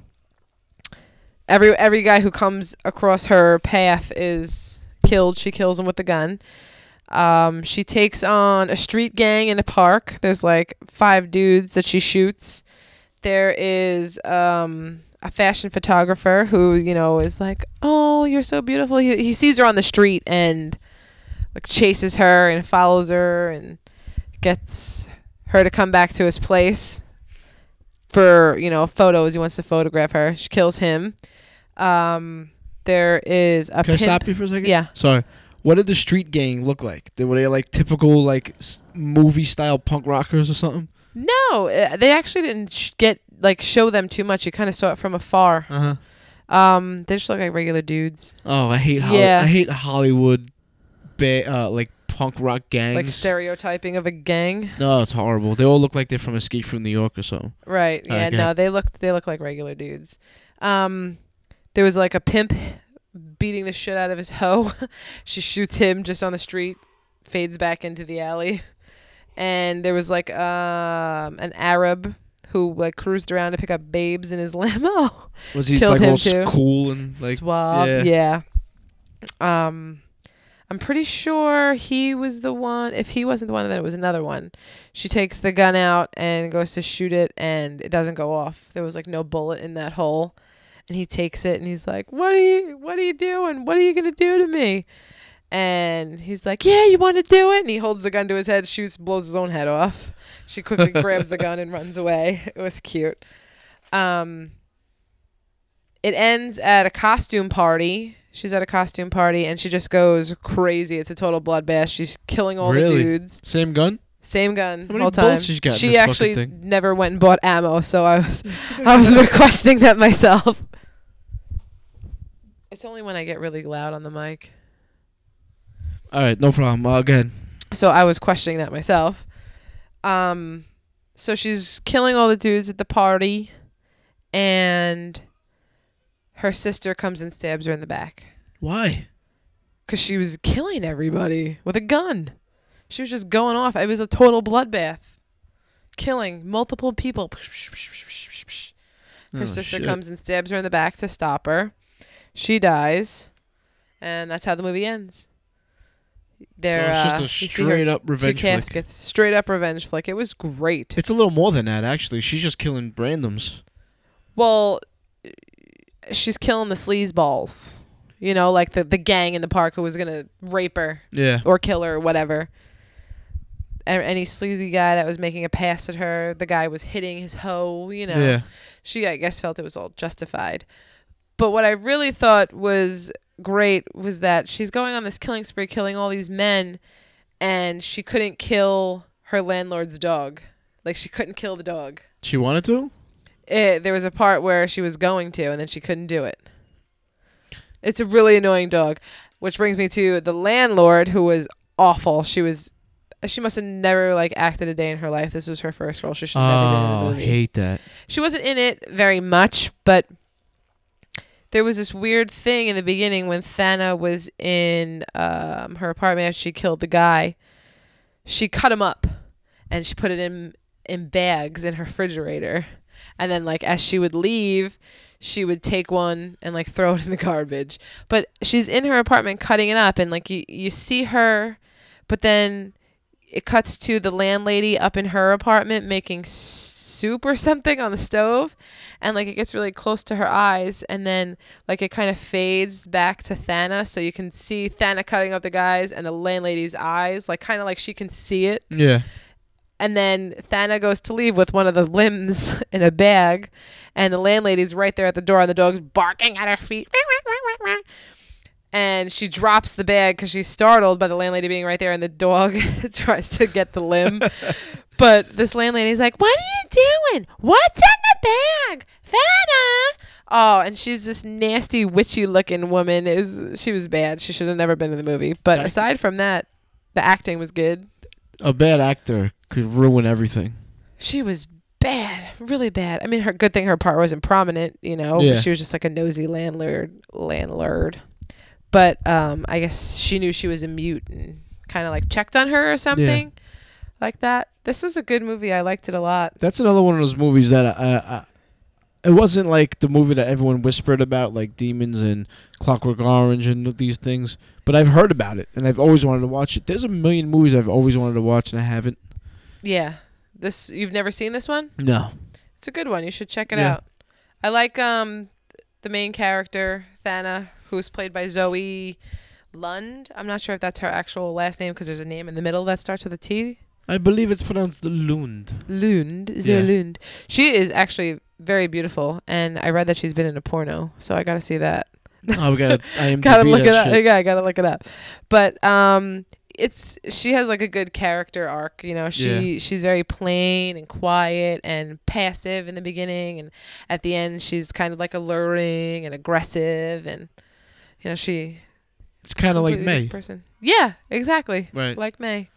every every guy who comes across her path is killed. She kills him with a gun. Um, she takes on a street gang in a park. There's like five dudes that she shoots. There is um, a fashion photographer who you know is like, "Oh, you're so beautiful." He he sees her on the street and like chases her and follows her and gets her to come back to his place for you know photos. He wants to photograph her. She kills him. Um, there is a Can I pin- stop you for a second? Yeah. Sorry. What did the street gang look like? They- Were they like typical like movie style punk rockers or something? No, uh, they actually didn't sh- get like show them too much. You kind of saw it from afar. Uh huh. Um, they just look like regular dudes, Oh, I hate Holly- Yeah. I hate Hollywood, ba- uh, like punk rock gangs. like stereotyping of a gang. no, it's horrible. They all look like they're from Escape from New York or something. Right? Yeah. Okay. No, they look they look like regular dudes. Um, there was like a pimp beating the shit out of his hoe. she shoots him just on the street, fades back into the alley, and there was like um an Arab who like cruised around to pick up babes in his limo. Was he Killed like him all too. cool and like? Swab. yeah. Yeah. Um, I'm pretty sure he was the one. If he wasn't the one, then it was another one. She takes the gun out and goes to shoot it, and it doesn't go off. There was like no bullet in that hole, and he takes it and he's like, "What are you? What are you doing? What are you gonna do to me?" And he's like, "Yeah, you want to do it?" And he holds the gun to his head, shoots, blows his own head off. She quickly grabs the gun and runs away. It was cute. Um, it ends at a costume party. She's at a costume party and she just goes crazy. It's a total bloodbath. She's killing all the Really? dudes. Same gun? Same gun How many whole time. bullets she's got in she this fucking actually thing? never went and bought ammo, so I was I was been questioning that myself. It's only when I get really loud on the mic. All right, no problem. Uh, go ahead. So I was questioning that myself. Um, so she's killing all the dudes at the party, and her sister comes and stabs her in the back Why? because she was killing everybody with a gun. She was just going off. It was a total bloodbath, killing multiple people. Her Oh, sister shit. comes and stabs her in the back to stop her. She dies, and that's how the movie ends. So There, it's uh, just a you see her straight up revenge two flick. caskets. Straight up revenge flick. It was great. It's a little more than that, actually. She's just killing randoms. well, she's killing the sleaze balls. You know, like the, the gang in the park who was gonna rape her Yeah. or kill her or whatever. A- Any sleazy guy that was making a pass at her, the guy was hitting his hoe. You know, Yeah. she I guess felt it was all justified. But what I really thought was great was that she's going on this killing spree, killing all these men, and she couldn't kill her landlord's dog. Like she couldn't kill the dog. She wanted to? It, there was a part where she was going to, and then she couldn't do it. It's a really annoying dog, which brings me to the landlord who was awful. She was, she must have never like acted a day in her life. This was her first role. She should have never been in a Oh, movie hate that. she wasn't in it very much, but there was this weird thing in the beginning when Thana was in um, her apartment after she killed the guy. She cut him up and she put it in in bags in her refrigerator, and then like as she would leave, she would take one and like throw it in the garbage. But she's in her apartment cutting it up, and like you you see her, but then it cuts to the landlady up in her apartment making soup or something on the stove and like it gets really close to her eyes and then like it kind of fades back to Thana so you can see Thana cutting up the guys and the landlady's eyes like kind of like she can see it Yeah. and then Thana goes to leave with one of the limbs in a bag, and the landlady's right there at the door, and the dog's barking at her feet. And she drops the bag because she's startled by the landlady being right there, and the dog tries to get the limb. but this landlady's like, What are you doing? What's in the bag? Thana! Oh, and she's this nasty, witchy looking woman. It was, she was bad. She should have never been in the movie. But Yeah. aside from that, the acting was good. A bad actor could ruin everything. she was bad, really bad. I mean, her good thing her part wasn't prominent, you know. Yeah. She was just like a nosy landlord, landlord. But um, I guess she knew she was a mute and kind of like checked on her or something like that. This was a good movie. I liked it a lot. That's another one of those movies that I, I, I it wasn't like the movie that everyone whispered about, like Demons and Clockwork Orange and these things. But I've heard about it, and I've always wanted to watch it. There's a million movies I've always wanted to watch, and I haven't. Yeah, this you've never seen this one. No. It's a good one. You should check it Yeah. out. I like um the main character Thana, who's played by Zoe Lund. I'm not sure if that's her actual last name because there's a name in the middle that starts with a T. I believe it's pronounced Lund. Lund, Yeah. Zia Lund. She is actually very beautiful, and I read that she's been in a porno, so I gotta see that. oh, we got. I am. gotta look it up. Shit. Yeah, I gotta look it up. But um, it's she has like a good character arc. You know, she she's very plain and quiet and passive in the beginning, and at the end she's kind of like alluring and aggressive, and you know she It's kind of like completely different May. person. Yeah, exactly Right. like May.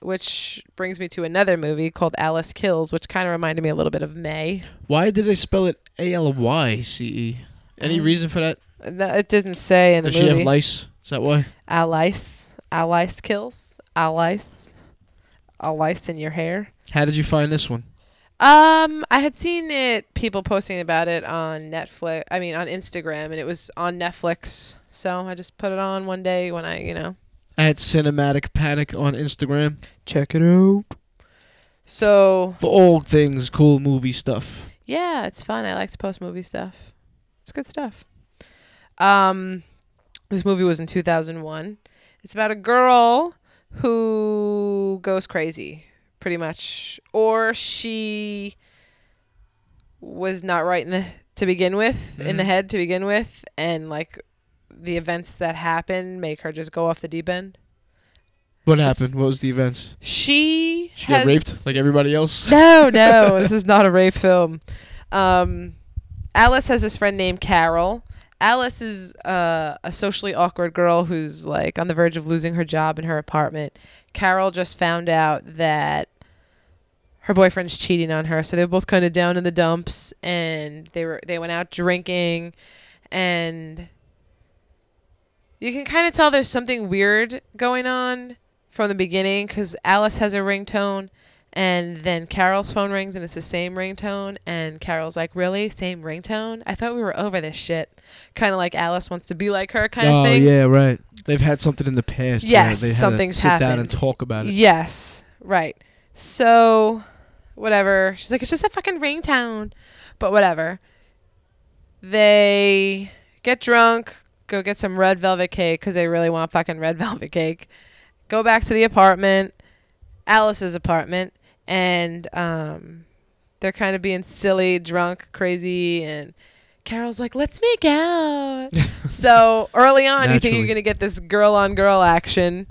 Which brings me to another movie called Alice Kills, which kind of reminded me a little bit of May. Why did they spell it A L Y C E? Any Um, reason for that? No, it didn't say in the Does she movie. have lice? Is that why? Alice, Alice Kills, Alice, Alice in your hair. How did you find this one? Um, I had seen it people posting about it on Netflix. I mean, on Instagram, and it was on Netflix. So I just put it on one day when I, you know, At Cinematic Panic on Instagram check it out. So for all things cool movie stuff. Yeah, it's fun. I like to post movie stuff. It's good stuff. Um, this movie was in 2001. It's about a girl who goes crazy, pretty much, or she was not right in the to begin with, in the Mhm. head to begin with, and like the events that happen make her just go off the deep end. What It's- happened? What was the events? She She got has- raped like everybody else. No, no, this is not a rape film. Um, Alice has this friend named Carol. Alice is uh, a socially awkward girl who's like on the verge of losing her job in her apartment. Carol just found out that her boyfriend's cheating on her, so they were both kind of down in the dumps, and they were they went out drinking, and you can kind of tell there's something weird going on from the beginning because Alice has a ringtone and then Carol's phone rings and it's the same ringtone and Carol's like, "Really? Same ringtone? I thought we were over this shit." Kind of like Alice wants to be like her kind oh of thing. yeah, right. They've had something in the past. where Yes, they had to something's sit down happened. and talk about it. Yes, right. So, whatever. She's like, it's just a fucking ringtone, but whatever. They get drunk, go get some red velvet cake because they really want fucking red velvet cake. Go back to the apartment, Alice's apartment, and um, they're kind of being silly, drunk, crazy, and Carol's like, let's make out. so early on, you think Naturally. you're gonna get this girl on girl action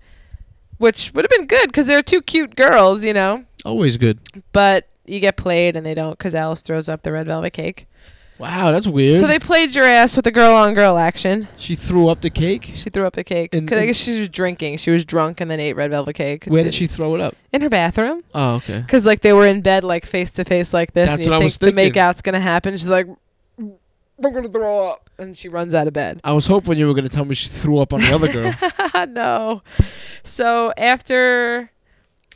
which would have been good because they're two cute girls, you know. Always good. But you get played and they don't because Alice throws up the red velvet cake. Wow, that's weird. So they played your ass with the girl on girl action. she threw up the cake. She threw up the cake And- because I and- guess she was drinking. She was drunk and then ate red velvet cake. Where did Did- she throw it up? In her bathroom Oh, okay. because like they were in bed like face to face like this. That's and you what I think was The thinking. makeout's gonna happen. She's like, "We're gonna throw up," and she runs out of bed. I was hoping you were gonna tell me she threw up on the other girl. no. So after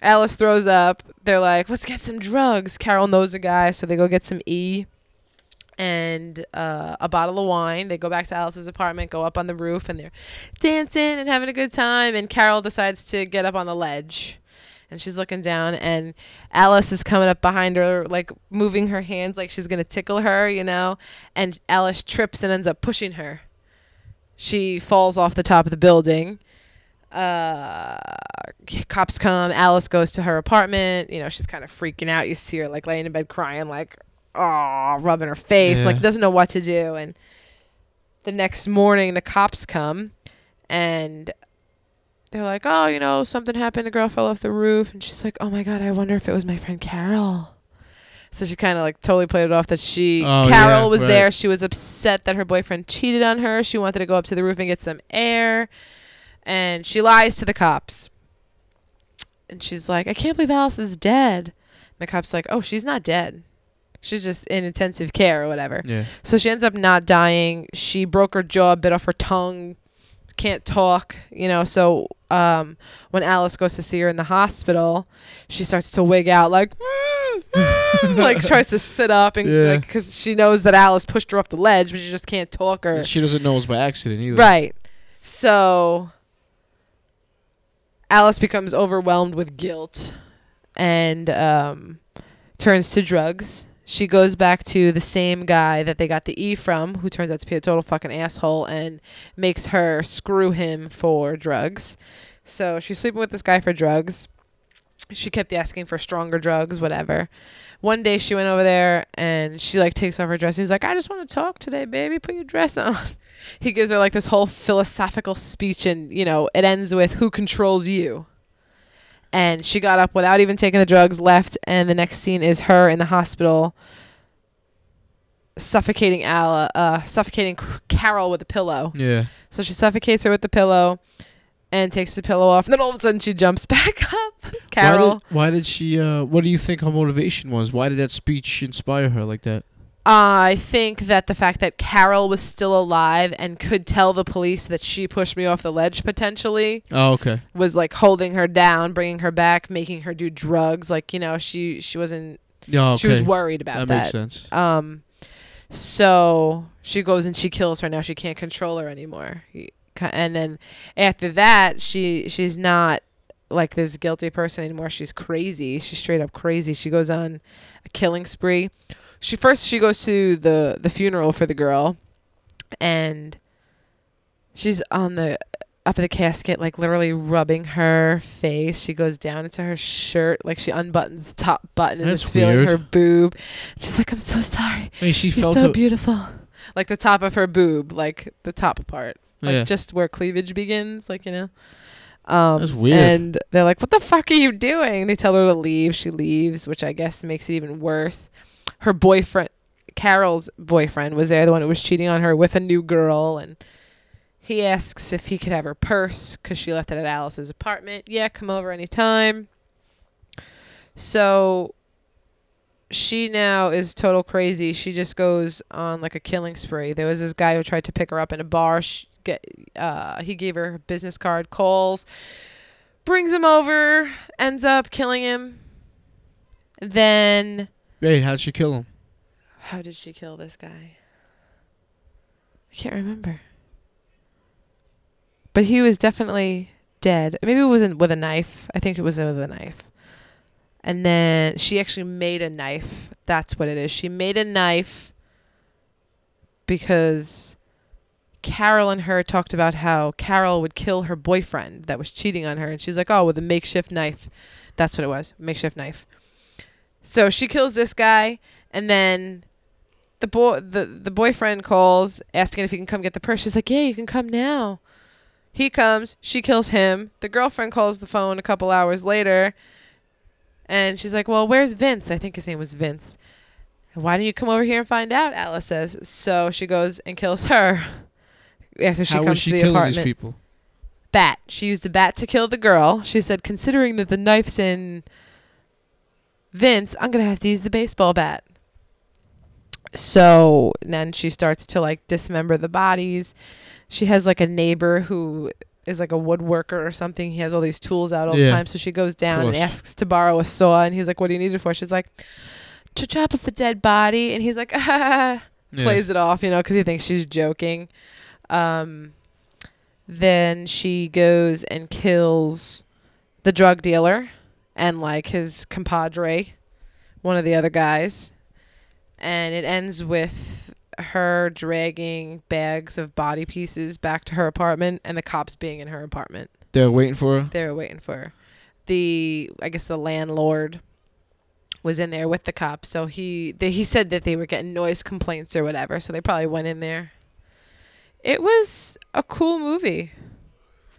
Alice throws up, they're like, let's get some drugs. Carol knows a guy, so they go get some E and uh, a bottle of wine. They go back to Alice's apartment, go up on the roof, and they're dancing and having a good time. And Carol decides to get up on the ledge. And she's looking down, and Alice is coming up behind her, like moving her hands like she's going to tickle her, you know? And Alice trips and ends up pushing her she falls off the top of the building. Uh, cops come. Alice goes to her apartment. You know, she's kind of freaking out. You see her like laying in bed crying, like, oh, rubbing her face, Yeah. like doesn't know what to do. And the next morning, the cops come and they're like, oh, you know, something happened. The girl fell off the roof. And she's like, oh my God, I wonder if it was my friend Carol. So she kind of like totally played it off that she, Oh, Carol yeah, was right. there she was upset that her boyfriend cheated on her. She wanted to go up to the roof and get some air. And she lies to the cops. And she's like, I can't believe Alice is dead. And the cop's like, Oh, she's not dead. She's just in intensive care or whatever. yeah. So she ends up not dying. She broke her jaw, bit off her tongue, can't talk, you know. So um, when Alice goes to see her in the hospital, she starts to wig out, like, "Mm, like tries to sit up, and Yeah. like 'cause she knows that Alice pushed her off the ledge, but she just can't talk or She doesn't know it was by accident either. Right. So Alice becomes overwhelmed with guilt and um, turns to drugs. She goes back to the same guy that they got the E from, who turns out to be a total fucking asshole and makes her screw him for drugs. So she's sleeping with this guy for drugs. She kept asking for stronger drugs, whatever. One day she went over there and she like takes off her dress. He's like, I just want to talk today, baby. Put your dress on he gives her like this whole philosophical speech and you know it ends with who controls you and she got up without even taking the drugs left and the next scene is her in the hospital suffocating Ala, uh, suffocating C- Carol with a pillow. Yeah. So she suffocates her with the pillow and takes the pillow off. And then all of a sudden she jumps back up. Carol. Why did, why did she? Uh, what do you think her motivation was? Why did that speech inspire her like that? I think that the fact that Carol was still alive and could tell the police that she pushed me off the ledge potentially Oh, okay. was like holding her down, bringing her back, making her do drugs. Like you know, she she wasn't Yeah. Okay. she was worried about that that. makes sense. Um, so she goes and she kills her. Now she can't control her anymore. He- ki- And then after that, she she's not like this guilty person anymore. She's crazy. She's straight up crazy. She goes on a killing spree. She first she goes to the the funeral for the girl, and she's on the up in the casket like literally rubbing her face she goes down into her shirt like she unbuttons the top button and That's is feeling weird. her boob She's like, I'm so sorry. Wait, she You're felt so her- beautiful. Like the top of her boob, like the top part. like Yeah. just where cleavage begins, like you know. Um, That's weird. And they're like, "What the fuck are you doing?" They tell her to leave. She leaves, which I guess makes it even worse. Her boyfriend, Carol's boyfriend, was there, the one who was cheating on her with a new girl, and he asks if he could have her purse because she left it at Alice's apartment. Yeah, come over anytime. So she now is total crazy. She just goes on like a killing spree. There was this guy who tried to pick her up in a bar. She get, uh, he gave her her business card, calls, brings him over, ends up killing him. Then, Wait, how'd she kill him? how did she kill this guy? I can't remember. But he was definitely dead. Maybe it wasn't with a knife. I think it was with a knife. And then she actually made a knife. That's what it is. She made a knife because Carol and her talked about how Carol would kill her boyfriend that was cheating on her. And she's like, oh, with a makeshift knife. That's what it was makeshift knife. So she kills this guy. And then the, boy, the, the boyfriend calls asking if he can come get the purse. She's like, yeah, you can come now. He comes. She kills him. The girlfriend calls the phone a couple hours later. And she's like, Well, where's Vince? I think his name was Vince. Why don't you come over here and find out? Alice says. So she goes and kills her after she How comes was she to the killing apartment. these people? Bat. She used a bat to kill the girl. She said, Considering that the knife's in Vince, I'm going to have to use the baseball bat. So then she starts to like dismember the bodies. She has like a neighbor who is like a woodworker or something. He has all these tools out all the Yeah. time. So she goes down and course. asks to borrow a saw. And he's like, What do you need it for? She's like, To chop up a dead body. And he's like, Ah Yeah. plays it off, you know, because he thinks she's joking. Um, then she goes and kills the drug dealer and like his compadre, one of the other guys, and it ends with her dragging bags of body pieces back to her apartment and the cops being in her apartment. They're waiting for her. They were waiting for her. The I guess the landlord was in there with the cops, so he they, he said that they were getting noise complaints or whatever, so they probably went in there. It was a cool movie.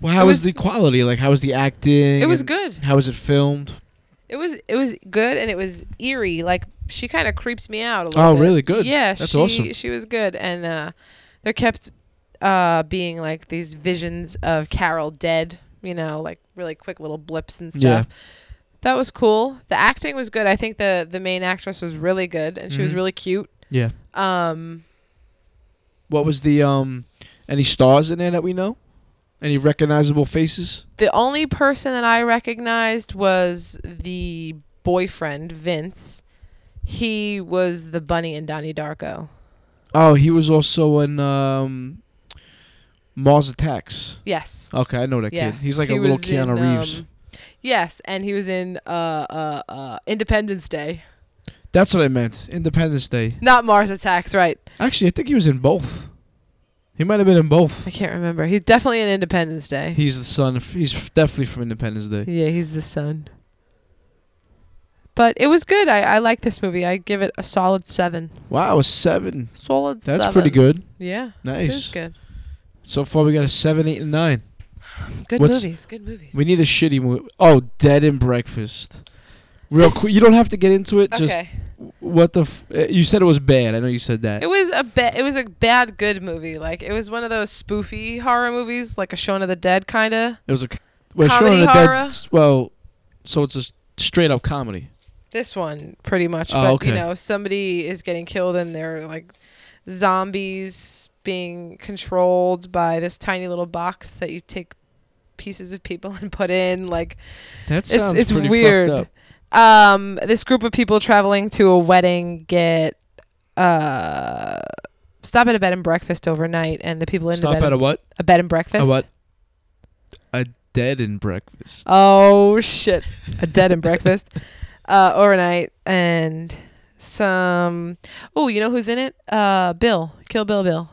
Well, how It was, was- the quality? Like, how was the acting? It was and good. How was it filmed? It was it was good and it was eerie. Like she kind of creeps me out a little. Oh, bit. really? Good. Yeah, That's she awesome. she was good, and uh, there kept uh, being like these visions of Carol dead. You know, like really quick little blips and Yeah. stuff. That was cool. The acting was good. I think the the main actress was really good, and she was Mhm. really cute. Yeah. Um, What was the um? Any stars in there that we know? Any recognizable faces? the only person that I recognized was the boyfriend Vince. He was the bunny in Donnie Darko. Oh, he was also in um, Mars Attacks. Yes. Okay, I know that Yeah. kid. He's like He a little was Keanu in, Reeves. um, yes, and he was in uh, uh, uh, Independence Day, That's what I meant. Independence Day. not Mars Attacks, right? Actually, I think he was in both. He might have been in both. I can't remember. He's definitely in Independence Day. He's the son. Of, he's f- definitely from Independence Day. yeah, he's the son. But it was good. I, I like this movie. I give it a solid seven. Wow, a seven. Solid seven. That's pretty good. Yeah. It is Nice. good. So far, we got a seven, eight, and nine. Good What's- movies. Good movies. We need a shitty movie. Oh, Dead and Breakfast. Real This- quick, you don't have to get into it. Just okay. what the? F- uh, you said it was bad. I know you said that. It was a ba- it was a bad good movie. Like it was one of those spoofy horror movies, like a Shaun of the Dead kind of. It was a c- well, Comedy Shaun of the horror? Dead's- well, so it's a s- straight up comedy. this one pretty much Oh, but okay. you know somebody is getting killed and they're like zombies being controlled by this tiny little box that you take pieces of people and put in like That It's- sounds it's pretty fucked weird. up. um this group of people traveling to a wedding get uh stop at a bed and breakfast overnight and the people in the Stop bed at a what? a bed and breakfast A what? A Dead and Breakfast. Oh shit! A dead and breakfast, uh, overnight, and some. Oh, you know who's in it? Uh, Bill, Kill Bill, Bill.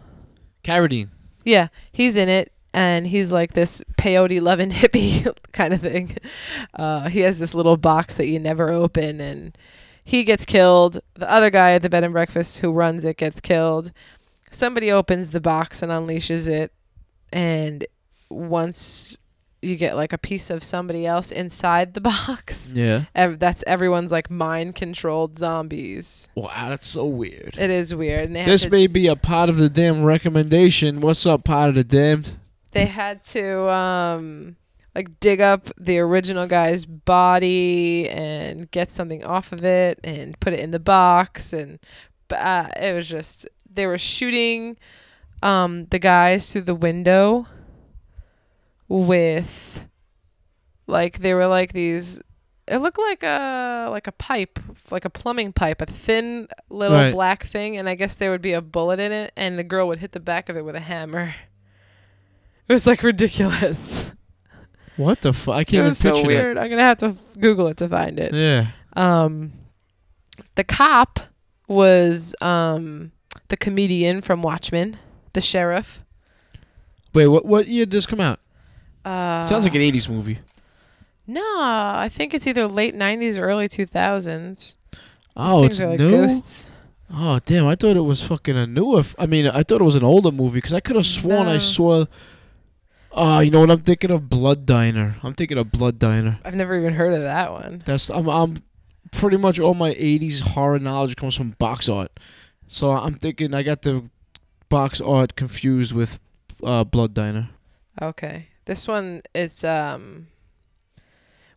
Carradine. Yeah, he's in it, and he's like this peyote loving hippie kind of thing. Uh, he has this little box that you never open, and he gets killed. The other guy at the bed and breakfast who runs it gets killed. Somebody opens the box and unleashes it, and once you get like a piece of somebody else inside the box, Yeah. ev- that's everyone's like mind controlled zombies. Wow, that's so weird. It is weird. And they This had to, may be a pot of the damn recommendation. What's up, pot of the damned? they had to um like dig up the original guy's body and get something off of it and put it in the box and but uh, it was just they were shooting um the guys through the window with like they were like these it looked like a like a pipe like a plumbing pipe a thin little Right. black thing and i guess there would be a bullet in it and the girl would hit the back of it with a hammer it was like ridiculous What the fuck? I it can't even was so picture weird i'm gonna have to f- google it to find it that. Yeah. um the cop was um the comedian from watchmen the sheriff Wait, what? What year did this come out? uh Sounds like an '80s movie. no i think it's either late 90s or early 2000s These Oh, things it's are like new. ghosts. Oh, damn! I thought it was fucking a newer. F- I mean, I thought it was an older movie because I could have sworn I No. saw. Oh, you know what? I'm thinking of Blood Diner. I'm thinking of Blood Diner. I've never even heard of that one. That's I'm I'm pretty much all my '80s horror knowledge comes from box art, so I'm thinking I got the box art confused with uh, Blood Diner. Okay. This one it's um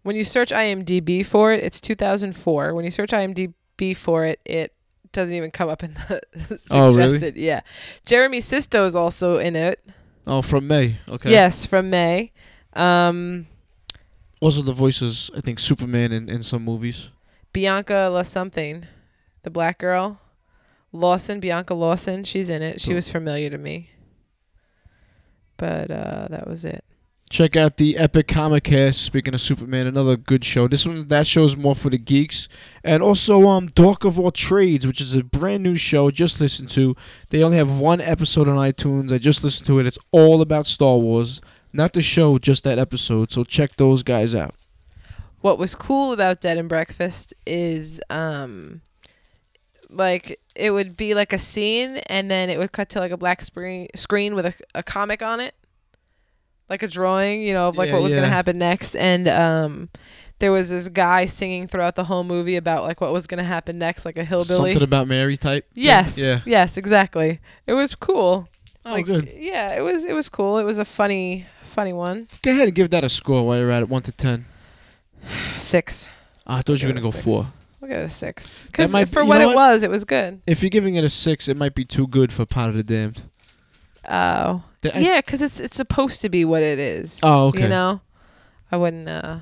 when you search IMDb for it, it's 2004. When you search IMDb for it, it doesn't even come up in the suggested. Oh, really? Yeah. Jeremy Sisto is also in it. Oh, from May. Okay. Yes, from May. Um Also, the voices I think Superman in, in some movies. Bianca La something, the black girl. Lawson, Bianca Lawson, she's in it. She Cool. was familiar to me. But uh that was it. Check out the Epic Comic Cast. Speaking of Superman, another good show. This one, that show is more for the geeks, and also um, Dork of All Trades, which is a brand new show. Just listened to. They only have one episode on iTunes. I just listened to it. It's all about Star Wars, not the show, just that episode. So check those guys out. what was cool about Dead and Breakfast is um like it would be like a scene and then it would cut to like a black screen screen with a, a comic on it like a drawing you know of like Yeah, what was going yeah. to happen next and um there was this guy singing throughout the whole movie about like what was going to happen next like a hillbilly Something about Mary type. thing? yes Yeah. yes exactly it was cool Oh, Like, good. yeah it was it was cool it was a funny funny one Go ahead and give that a score while you're at it, one to ten. 6 Ah, I thought you were Give it gonna go a six. four. We'll go to six. That Because might be- for you what know it what? was, it was good. If you're giving it a six, it might be too good for Pot of the Damned. Oh. Th- I- yeah, because it's it's supposed to be what it is. Oh, okay. You know, I wouldn't. uh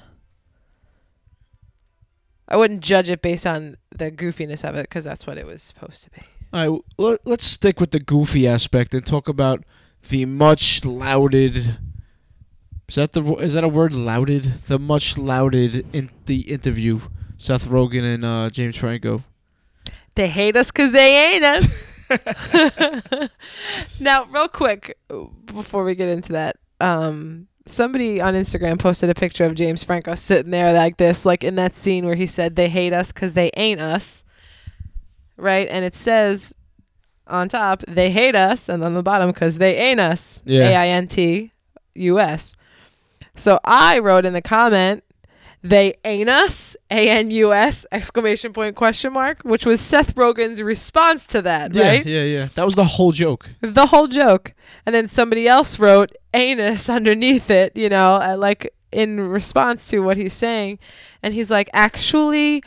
I wouldn't judge it based on the goofiness of it because that's what it was supposed to be. All right, w- let- let's stick with the goofy aspect and talk about the much lauded. Is that the wo- is that a word? Lauded the much lauded in the interview. Seth Rogen and uh, James Franco. They hate us because they ain't us. now, real quick, before we get into that, um, somebody on Instagram posted a picture of James Franco sitting there like this, like in that scene where he said, They hate us because they ain't us. Right? And it says on top, They hate us, and on the bottom, because they ain't us. Yeah. A I N T U S. So I wrote in the comment, they ain't us, A N U S, exclamation point, question mark, which was Seth Rogen's response to that, right? Yeah, yeah, yeah. That was the whole joke. The whole joke. And then somebody else wrote anus underneath it, you know, uh, like in response to what he's saying. And he's like, actually,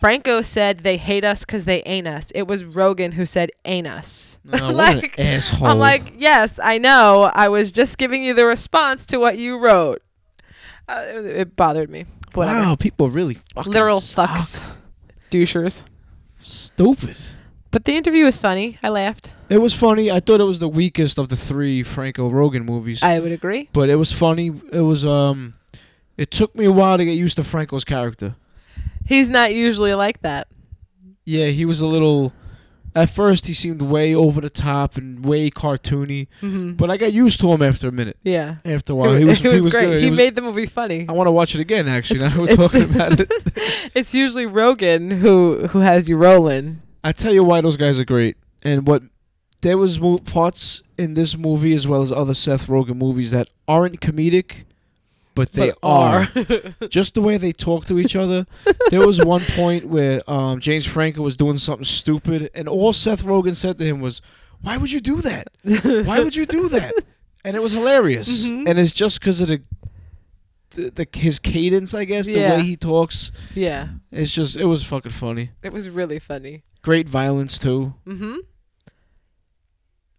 Franco said they hate us because they ain't us. It was Rogan who said ain't us. Uh, what Like, an asshole! I'm like, yes, I know. I was just giving you the response to what you wrote. Uh, it, it bothered me. Whatever wow, people really fucking literal suck. fucks, douchers. Stupid. But the interview was funny. I laughed. It was funny. I thought it was the weakest of the three Franco Rogan movies. I would agree. but it was funny. It was um, it took me a while to get used to Franco's character. He's not usually like that. Yeah, he was a little. At first, he seemed way over the top and way cartoony, Mm-hmm. but I got used to him after a minute. yeah, After a while, he was, it he was great. good. He, He was- made the movie funny. I want to watch it again. Actually, It's- now we're it's- talking about it. It's usually Rogan who who has you rolling. I tell you why those guys are great, and what there was mo- parts in this movie, as well as other Seth Rogen movies, that aren't comedic, but they But are. Just the way they talk to each other. there was one point where um, James Franco was doing something stupid, and all Seth Rogen said to him was, "Why would you do that? Why would you do that?" And it was hilarious. And it's just because of the, the, the his cadence, I guess, the Yeah. way he talks. yeah. It's just it was fucking funny. It was really funny. Great violence too. Mm-hmm.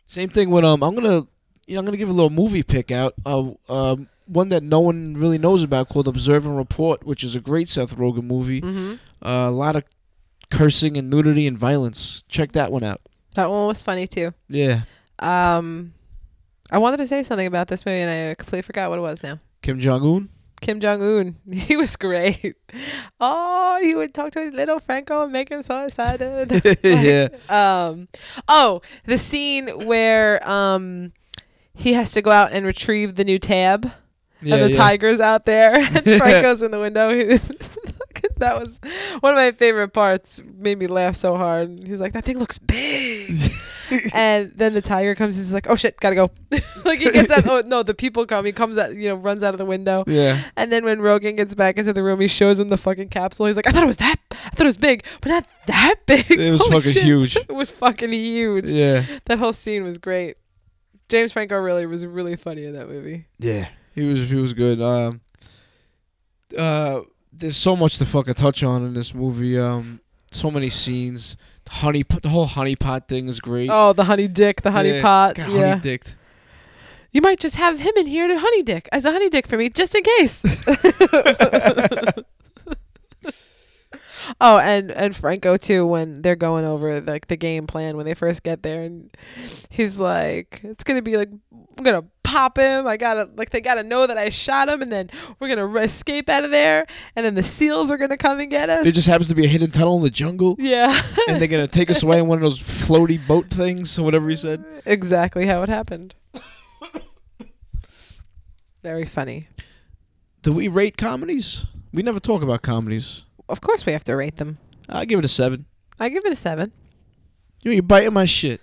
Same thing with um. I'm gonna you know, I'm gonna give a little movie pick out. Uh, um, one that no one really knows about called Observe and Report, which is a great Seth Rogen movie. Mm-hmm. Uh, a lot of cursing and nudity and violence. Check that one out. That one was funny too. Yeah, Um, I wanted to say something about this movie and I completely forgot what it was now. Kim Jong Un. Kim Jong Un, he was great. Oh, he would talk to his little Franco and make him so excited. yeah, um, oh, the scene where um, he has to go out and retrieve the new tab. yeah, and the yeah. tiger's out there and Yeah. Franco's in the window. He- that was one of my favorite parts. Made me laugh so hard. He's like, "That thing looks big," and then the tiger comes. He's like, "Oh shit, gotta go!" like he gets out. Oh no, the people come. He comes out. You know, runs out of the window. Yeah, And then when Rogan gets back into the room, he shows him the fucking capsule. He's like, "I thought it was that. I thought it was big, but not that big." It was Holy fucking shit. huge. it was fucking huge. yeah, That whole scene was great. James Franco really was really funny in that movie. yeah. He was he was good. Um, uh, there's so much to fucking touch on in this movie. Um, so many scenes. The honey, pot- the whole honey pot thing is great. Oh, the honey dick, the honey Yeah, pot. God, yeah. honey dicked. you might just have him in here to honey dick as a honey dick for me, just in case. oh, and and Franco too when they're going over like the game plan when they first get there, and he's like, "It's gonna be like I'm gonna pop him. I gotta like they gotta know that I shot him, and then we're gonna re- escape out of there, and then the seals are gonna come and get us." There just happens to be a hidden tunnel in the jungle, yeah, and they're gonna take us away in one of those floaty boat things or whatever he said. exactly how it happened. Very funny. Do we rate comedies? We never talk about comedies. Of course, we have to rate them. I give it a seven. I give it a seven. You you biting my shit.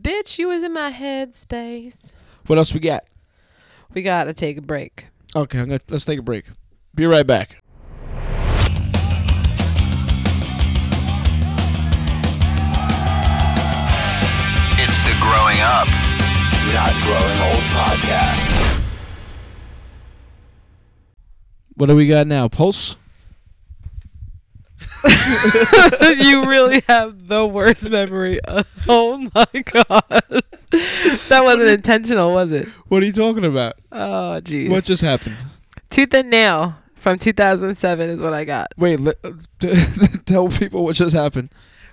Bitch, you was in my head space. What else we got? We gotta take a break. Okay, I'm gonna let's take a break. Be right back. It's the Growing Up, Not Growing Old podcast. What do we got now? Pulse. you really have the worst memory. Of, oh my god, Uh, that wasn't intentional, was it? What are you talking about? Oh jeez. What just happened? Tooth and nail from 2007 is what I got. Wait, let, tell people what just happened.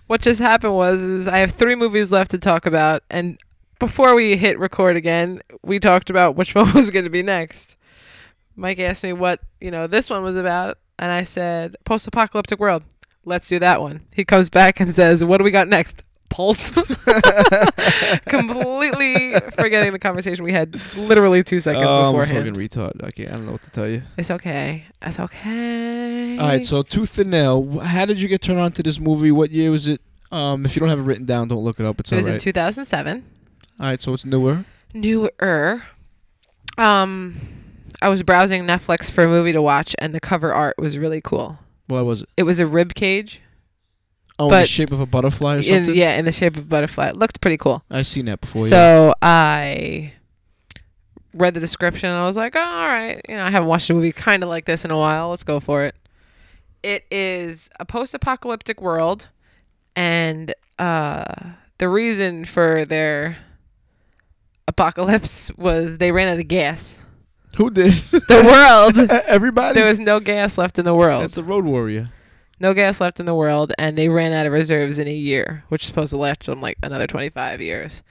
What just happened was is I have three movies left to talk about, and before we hit record again, we talked about which one was going to be next. Mike asked me what you know this one was about, and I said post-apocalyptic world. Let's do that one. He comes back and says, "What do we got next?" Pulse. Completely forgetting the conversation we had literally two seconds Um, fucking beforehand. retard. Okay, I don't know what to tell you. it's okay. It's okay. All right, so Tooth and Nail. wh- How did you get turned on to this movie? What year was it? Um, if you don't have it written down, don't look it up. It's it all was in right. 2007. all right, so it's newer. newer. Um, I was browsing Netflix for a movie to watch, and the cover art was really cool. What was it? It was a rib cage, Oh, in the But- shape of a butterfly or in, something. yeah, in the shape of a butterfly. It looked pretty cool. I seen that before. yeah. so I read the description, and I was like, oh, all right, you know, I haven't watched a movie kind of like this in a while. Let's go for it. It is a post-apocalyptic world, and uh, the reason for their apocalypse was they ran out of gas. Who did? the world. Everybody. There was no gas left in the That's world. the Road Warrior. No gas left in the world, and they ran out of reserves in a year, which is supposed to last them like another 25 years.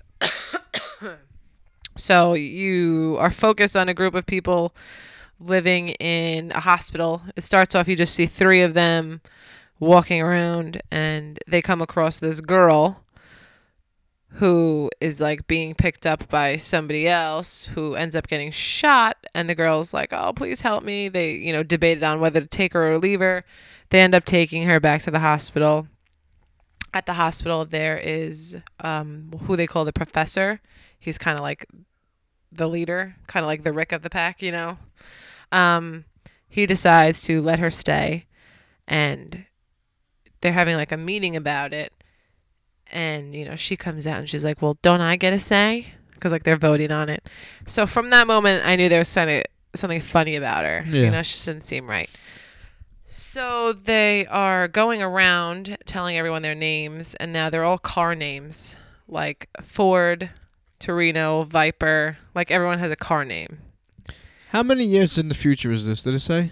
so you are focused on a group of people living in a hospital. It starts off, you just see three of them walking around, and they come across this girl who is like being picked up by somebody else who ends up getting shot and the girl's like oh please help me they you know debated on whether to take her or leave her they end up taking her back to the hospital at the hospital there is um, who they call the professor. He's kind of like the leader, kind of like the Rick of the pack, you know. Um, he decides to let her stay, and they're having like a meeting about it. And you know, she comes out and she's like, "Well, don't I get a say?" Because like they're voting on it. So from that moment, I knew there was something something funny about her. Yeah. You know, she just didn't seem right. So they are going around telling everyone their names, and now they're all car names like Ford, Torino, Viper. Like everyone has a car name. How many years in the future is this? Did it say?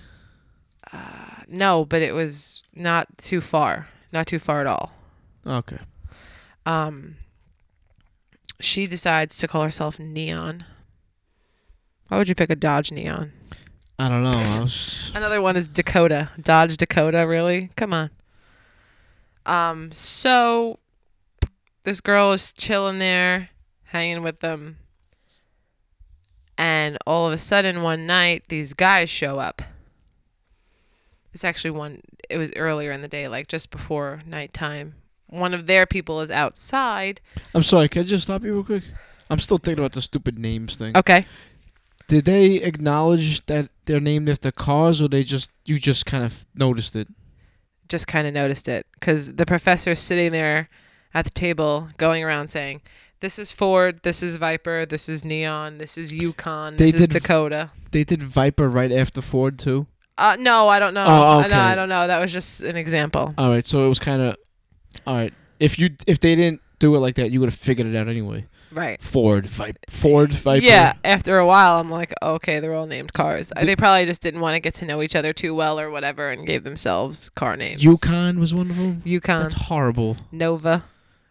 No, but it was not too far. Not too far at all. Okay. Um, she decides to call herself Neon. Why would you pick a Dodge Neon? I don't know. I was- Another one is Dakota. Dodge Dakota, really? Come on. Um, so this girl is chilling there, hanging with them. And all of a sudden one night these guys show up. It's actually one it was earlier in the day, like just before nighttime. One of their people is outside. I'm sorry. Can I just stop you real quick? I'm still thinking about the stupid names thing. Okay. Did they acknowledge that they're named after cars, or they just you just kind of noticed it? just kind of noticed it because the professor's sitting there at the table going around saying, This is Ford, this is Viper, this is Neon, this is Yukon, They this is did v- Dakota. They did Viper right after Ford too. Uh, no, I don't know. Oh, Uh, No, I okay. don't know. That was just an example. All right, so it was kind of all right. If you if they didn't do it like that, you would have figured it out anyway. Right. Ford, Viper, Ford, Viper. Yeah. After a while, I'm like, okay, they're all named cars. Uh, Did- they probably just didn't want to get to know each other too well or whatever and gave themselves car names. Yukon was one of them. Yukon, That's horrible. Nova.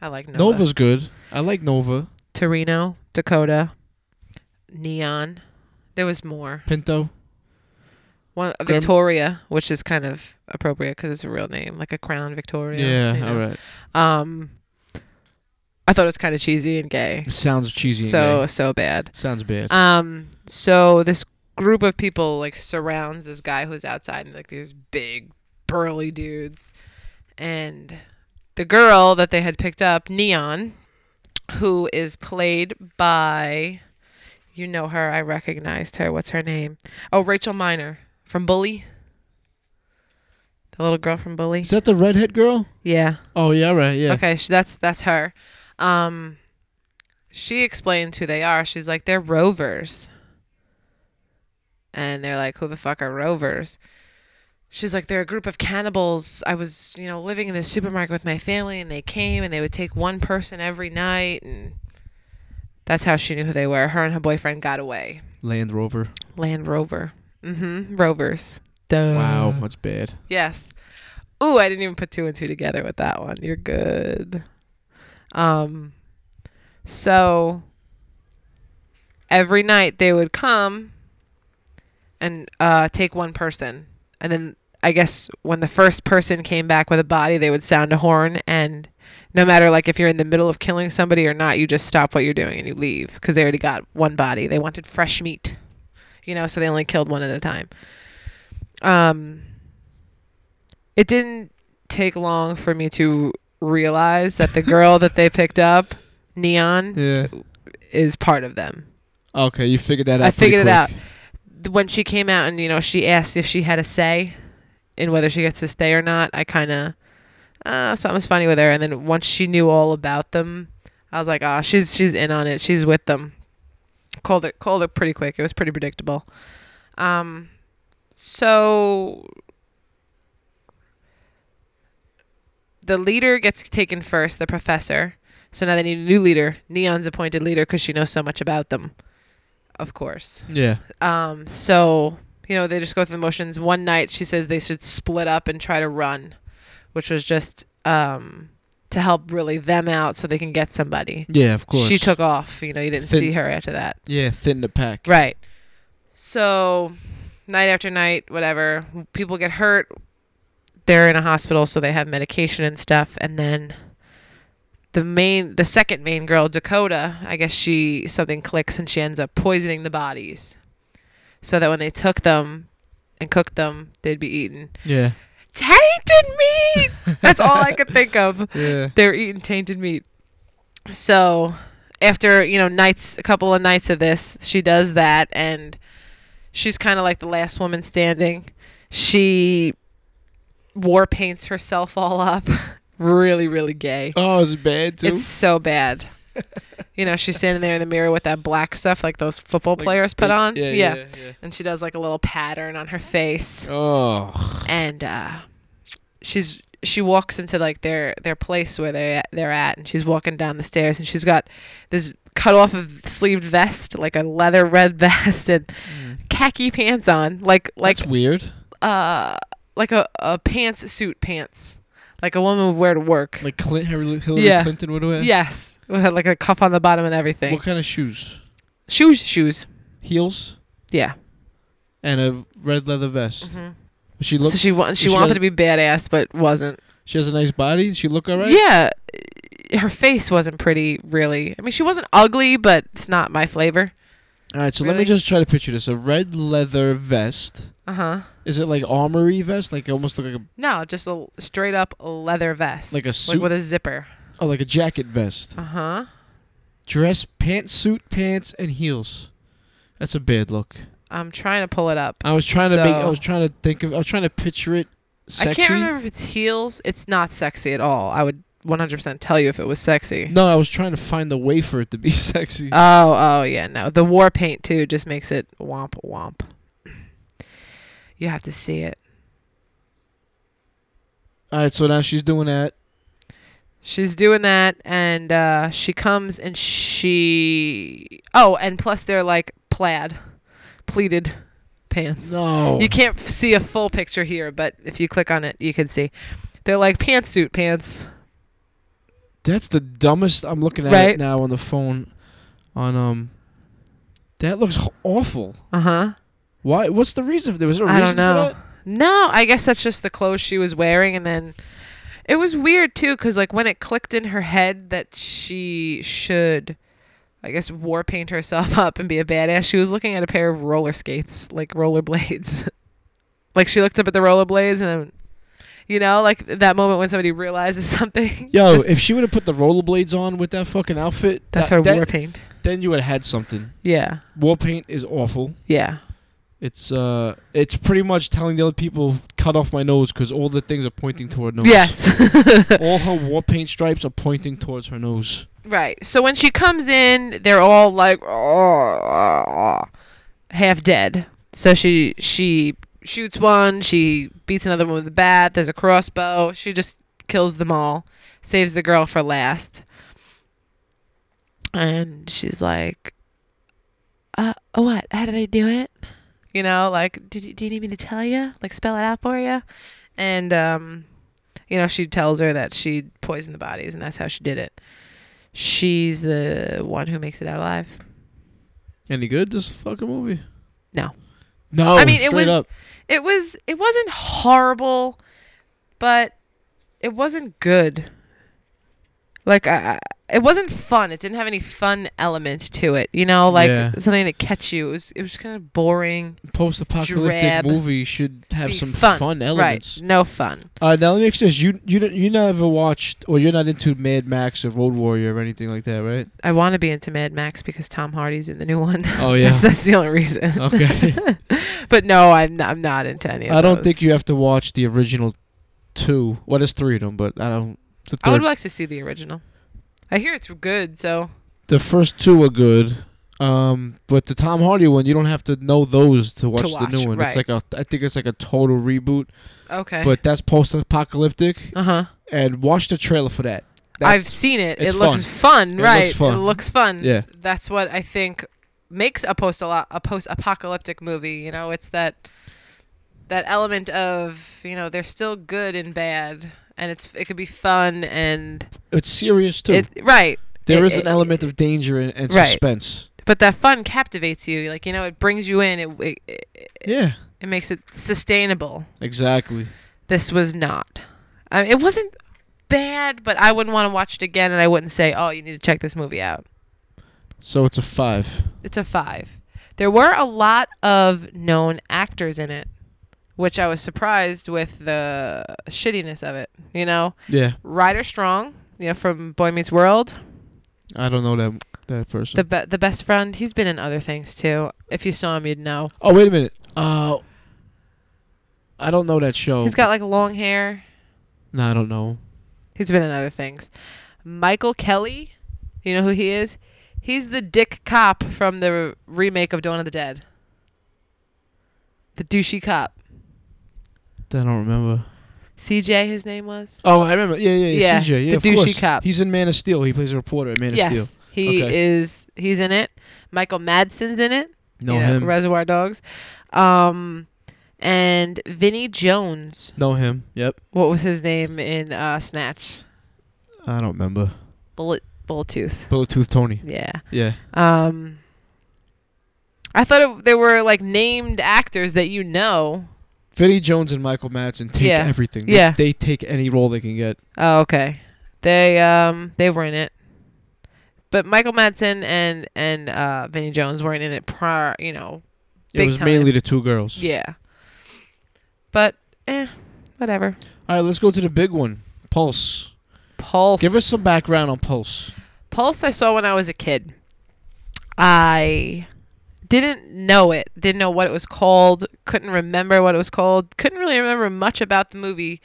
I like Nova. Nova's good. I like Nova. Torino, Dakota, Neon. There was more. Pinto. One uh, Grim- Victoria, which is kind of appropriate because it's a real name, like a Crown Victoria. Yeah. you know? All right. Um, I thought it was kind of cheesy and gay, Sounds cheesy. and so gay. so bad. sounds bad. Um, so this group of people like surrounds this guy who's outside, and like these big burly dudes, and the girl that they had picked up, Neon, who is played by, you know her, I recognized her. What's her name? Oh, Rachel Miner from Bully. The little girl from Bully. Is that the redhead girl? Yeah. Oh yeah. All right. Yeah. Okay, sh- that's that's her. Um, she explains who they are. She's like, they're rovers, and they're like, who the fuck are rovers? She's like, they're a group of cannibals. I was, you know, living in the supermarket with my family, and they came, and they would take one person every night, and that's how she knew who they were. Her and her boyfriend got away. Land Rover. Land Rover. Mm-hmm. Rovers. Duh. Wow, that's bad. Yes. Ooh, I didn't even put two and two together with that one. You're good. Um so every night they would come and uh take one person. And then I guess when the first person came back with a body, they would sound a horn and no matter like if you're in the middle of killing somebody or not, you just stop what you're doing and you leave cuz they already got one body. They wanted fresh meat. You know, so they only killed one at a time. Um it didn't take long for me to realize that the girl that they picked up, Neon, Yeah. is part of them. Okay, you figured that out. I pretty figured it out. quick. Th- When she came out and you know she asked if she had a say in whether she gets to stay or not, I kind of uh, something's funny with her. And then once she knew all about them, I was like, oh, she's she's in on it. She's with them. Called it called it pretty quick. It was pretty predictable. Um, so the leader gets taken first, the professor. So now they need a new leader. Neon's appointed leader because she knows so much about them, of course. Yeah. Um, so you know they just go through the motions. One night she says they should split up and try to run, which was just um, to help really them out so they can get somebody. Yeah. Of course. She took off. You know you didn't Thin- see her after that. Yeah, thin the pack. Right. So, night after night, whatever, people get hurt. They're in a hospital, so they have medication and stuff. And then the main, the second main girl, Dakota, I guess she, something clicks and she ends up poisoning the bodies. So that when they took them and cooked them, they'd be eaten. Yeah. tainted meat. That's all I could think of. Yeah. They were eating tainted meat. So after you know nights, a couple of nights of this, she does that, and she's kind of like the last woman standing. She war paints herself all up, really, really gay. Oh, is it bad too? It's so bad. you know, she's standing there in the mirror with that black stuff like those football Like players put big- on. yeah, Yeah, yeah, yeah. And she does like a little pattern on her face. oh, And uh she's she walks into like their their place where they they're at and she's walking down the stairs and she's got this cut off of sleeved vest, like a leather red vest and khaki pants on. Like like Mm. that's weird. uh like a, a pants suit pants. Like a woman would wear to work. Like Clint, Hillary Hillary Yeah. Clinton would wear. Yes, with like a cuff on the bottom and everything. What kind of shoes? Shoes, shoes. Heels Yeah. and a red leather vest. She Mm-hmm. so looks. she wa- she she wanted got- to be badass, but wasn't. She has a nice body. She look alright. Yeah, her face wasn't pretty, really. I mean, she wasn't ugly, but it's not my flavor. All right. So let me Really? just try to picture this: a red leather vest. Uh huh. Is it like armory vest? Like almost look like a No, just a l- straight up leather vest, Like a suit? Uh-huh. with a zipper. oh like a jacket vest. Uh huh. Dress, pantsuit, pants, and heels. That's a bad look. I'm trying to pull it up. I was trying to make. I So- was trying to think of. I was trying to picture it. Sexy. I can't remember if it's heels. It's not sexy at all. I would 100% tell you if it was sexy. No, I was trying to find the way for it to be sexy. Oh, oh yeah, no. The war paint too just makes it womp womp. You have to see it. All right, so now she's doing that. She's doing that and uh she comes and she Oh, and plus they're like plaid pleated pants. No. You can't f- see a full picture here, but if you click on it, you can see. They're like pantsuit pants. That's the dumbest. I'm looking at it Right. now on the phone. On um, that looks h- awful. Uh-huh. Why? What's the reason? for There was there a I reason don't know. for that. No, I guess that's just the clothes she was wearing, and then it was weird too, because like when it clicked in her head that she should, I guess, war paint herself up and be a badass, she was looking at a pair of roller skates, like roller blades. like she looked up at the roller blades, and then, you know, like that moment when somebody realizes something. Yo, just- if she would have put the rollerblades on with that fucking outfit, that's that- her that- war paint. Then you would have had something. Yeah, War paint is awful. yeah. It's uh, it's pretty much telling the other people cut off my nose because all the things are pointing toward nose. Yes. all her war paint stripes are pointing towards her nose. Right. So when she comes in, they're all like half dead. So she she shoots one, she beats another one with a bat, there's a crossbow. She just kills them all, saves the girl for last. And she's like uh what? How did I do it? You know, like did you, do you need me to tell you? Like spell it out for you? And um you know, she tells her that she poisoned the bodies and that's how she did it she's the one who makes it out alive. Any good? This fucking movie? No. No. I mean, it straight was- up. It was it wasn't horrible, but it wasn't good. Like I, I- it wasn't fun. It didn't have any fun element to it. You know, like Yeah. something that catch you. It was it was kind of boring. post-apocalyptic drab. movie should have Be some fun, elements. Right. No fun. Uh, now let me ask you this: you you don't- you never watched or you're not into Mad Max or Road Warrior or anything like that, right? I want to be into Mad Max because Tom Hardy's in the new one. Oh that's, yeah. that's the only reason. okay. But no, I'm not, I'm not into any of I don't those. think you have to watch the original two. Well, there's three of them, but I don't. The I would third, like to see the original. I hear it's good, so the first two are good. Um, but the Tom Hardy one, you don't have to know those to watch, watch, the new one. It's right. Eh. like a, I think it's like a total reboot, okay. but that's post-apocalyptic. uh huh. And watch the trailer for that. I've That's- seen it. it's It looks fun, It right? looks fun. It looks fun. Yeah. That's what I think makes a post a post apocalyptic movie. You know, it's that that element of you know they're still good and bad, and it's it could be fun and it's serious too. it right. There it- is an it- element of danger and, and Right. suspense. But that fun captivates you. Like you know, it brings you in. It it, it, Yeah, it makes it sustainable. exactly. This was not. I it wasn't bad, but I wouldn't want to watch it again, and I wouldn't say, "Oh, you need to check this movie out." So it's a five. It's a five. There were a lot of known actors in it. which I was surprised with the shittiness of it. You know, Yeah, Ryder Strong, you know, from Boy Meets World, I don't know that that person. the be- the best friend. He's been in other things too. If you saw him, you'd know. oh wait a minute. Uh, I don't know that show. He's got like long hair. no, I don't know. He's been in other things. Michael Kelly, you know who he is? He's the dick cop from the remake of Dawn of the Dead. The douchey cop. I don't remember. CJ, his name was. Oh, I remember. Yeah, yeah, yeah. Yeah, CJ. Yeah, the of douchey course. cop. He's in Man of Steel. He plays a reporter at Man of Steel. Yes, he Okay. is. He's in it. Michael Madsen's in it. Know you him. Reservoir Dogs. Um, and Vinny Jones. know him. Yep. What was his name in uh, Snatch? I don't remember. Bullet Bulltooth. Bluetooth Tony. Yeah. Yeah. Um, I thought it, they were like named actors that you know. Vinny Jones and Michael Madsen take Yeah. everything. Yeah. They, they take any role they can get. Oh, okay. They um they were in it, but Michael Madsen and and uh, Vinny Jones weren't in it prior. You know. it Big was time. mainly the two girls. Yeah. But eh, whatever. All right, let's go to the big one. Pulse. Pulse. Give us some background on Pulse. Pulse I saw when I was a kid. I didn't know it, didn't know what it was called, couldn't remember what it was called, couldn't really remember much about the movie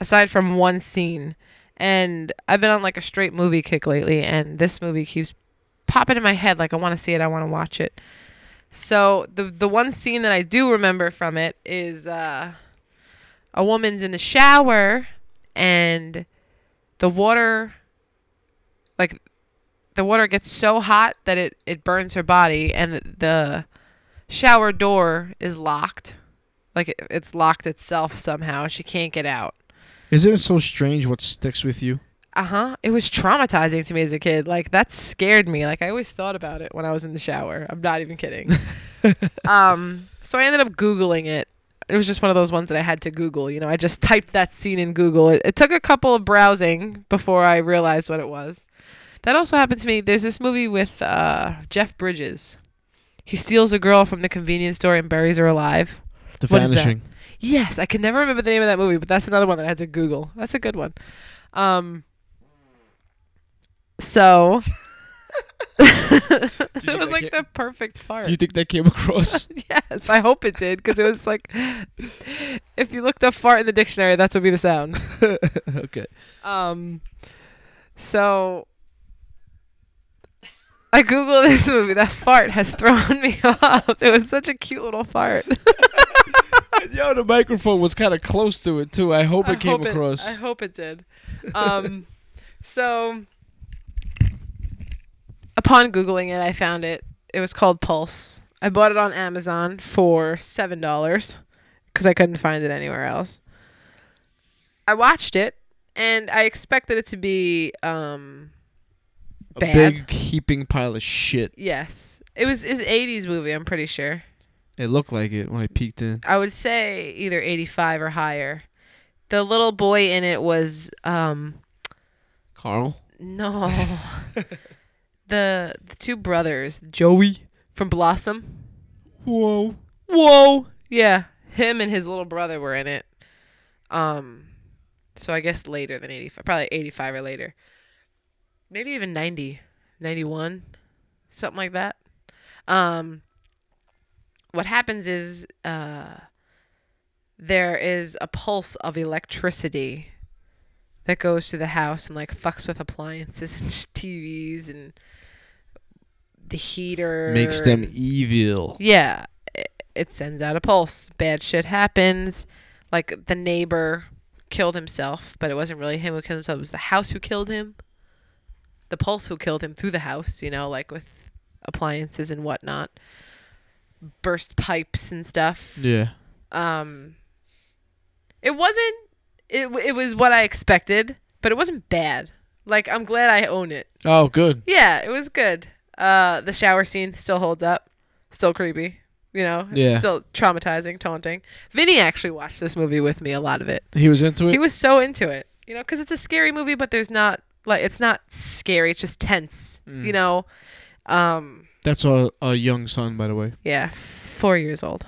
aside from one scene. And I've been on like a straight movie kick lately, and this movie keeps popping in my head like I want to see it, I want to watch it. So the the one scene that I do remember from it is uh, a woman's in the shower and the water like the water gets so hot that it, it burns her body and the shower door is locked like it, it's locked itself somehow she can't get out Isn't it so strange what sticks with you? uh-huh it was traumatizing to me as a kid like that scared me like i always thought about it when i was in the shower i'm not even kidding um so i ended up googling it it was just one of those ones that i had to google you know i just typed that scene in google it, it took a couple of browsing before i realized what it was that also happened to me there's this movie with uh jeff bridges he steals a girl from the convenience store and buries her alive The What is that? vanishing. Yes, I can never remember the name of that movie, but that's another one that I had to Google. That's a good one. Um, so it was that like get- the perfect fart. Do you think that came across? yes, I hope it did because it was like if you looked up fart in the dictionary, that's would be the sound. okay. Um, so I googled this movie. That fart has thrown me off. It was such a cute little fart. Yo, the microphone was kind of close to it too. I hope it I came hope across. I hope it did. Um, so, upon googling it, I found it. It was called Pulse. I bought it on Amazon for seven dollars because I couldn't find it anywhere else. I watched it, and I expected it to be um, a bad. big heaping pile of shit. yes. It was is '80s movie. I'm pretty sure. It looked like it when I peeked in. I would say either 85 or higher. The little boy in it was um Carl. no. the the two brothers, Joey from Blossom. Whoa. Whoa. Yeah, him and his little brother were in it. Um so I guess later than 85, probably 85 or later. Maybe even 90, 91, something like that. Um what happens is uh there is a pulse of electricity that goes through the house and like fucks with appliances and TVs and the heater Makes them evil. yeah, it, it sends out a pulse. Bad shit happens. Like the neighbor killed himself, but it wasn't really him who killed himself. It was the house who killed him. The pulse who killed him through the house, you know, like with appliances and whatnot, burst pipes and stuff. Yeah. Um, it wasn't. It w- it was what I expected, but it wasn't bad. Like I'm glad I own it. Oh, good. Yeah, it was good. Uh, the shower scene still holds up. Still creepy. You know, Yeah. still traumatizing, taunting. Vinny actually watched this movie with me a lot of it. He was into it. He was so into it. You know, because it's a scary movie, but there's not like it's not scary. It's just tense. You know, um, That's our, our young son, by the way. yeah, four years old.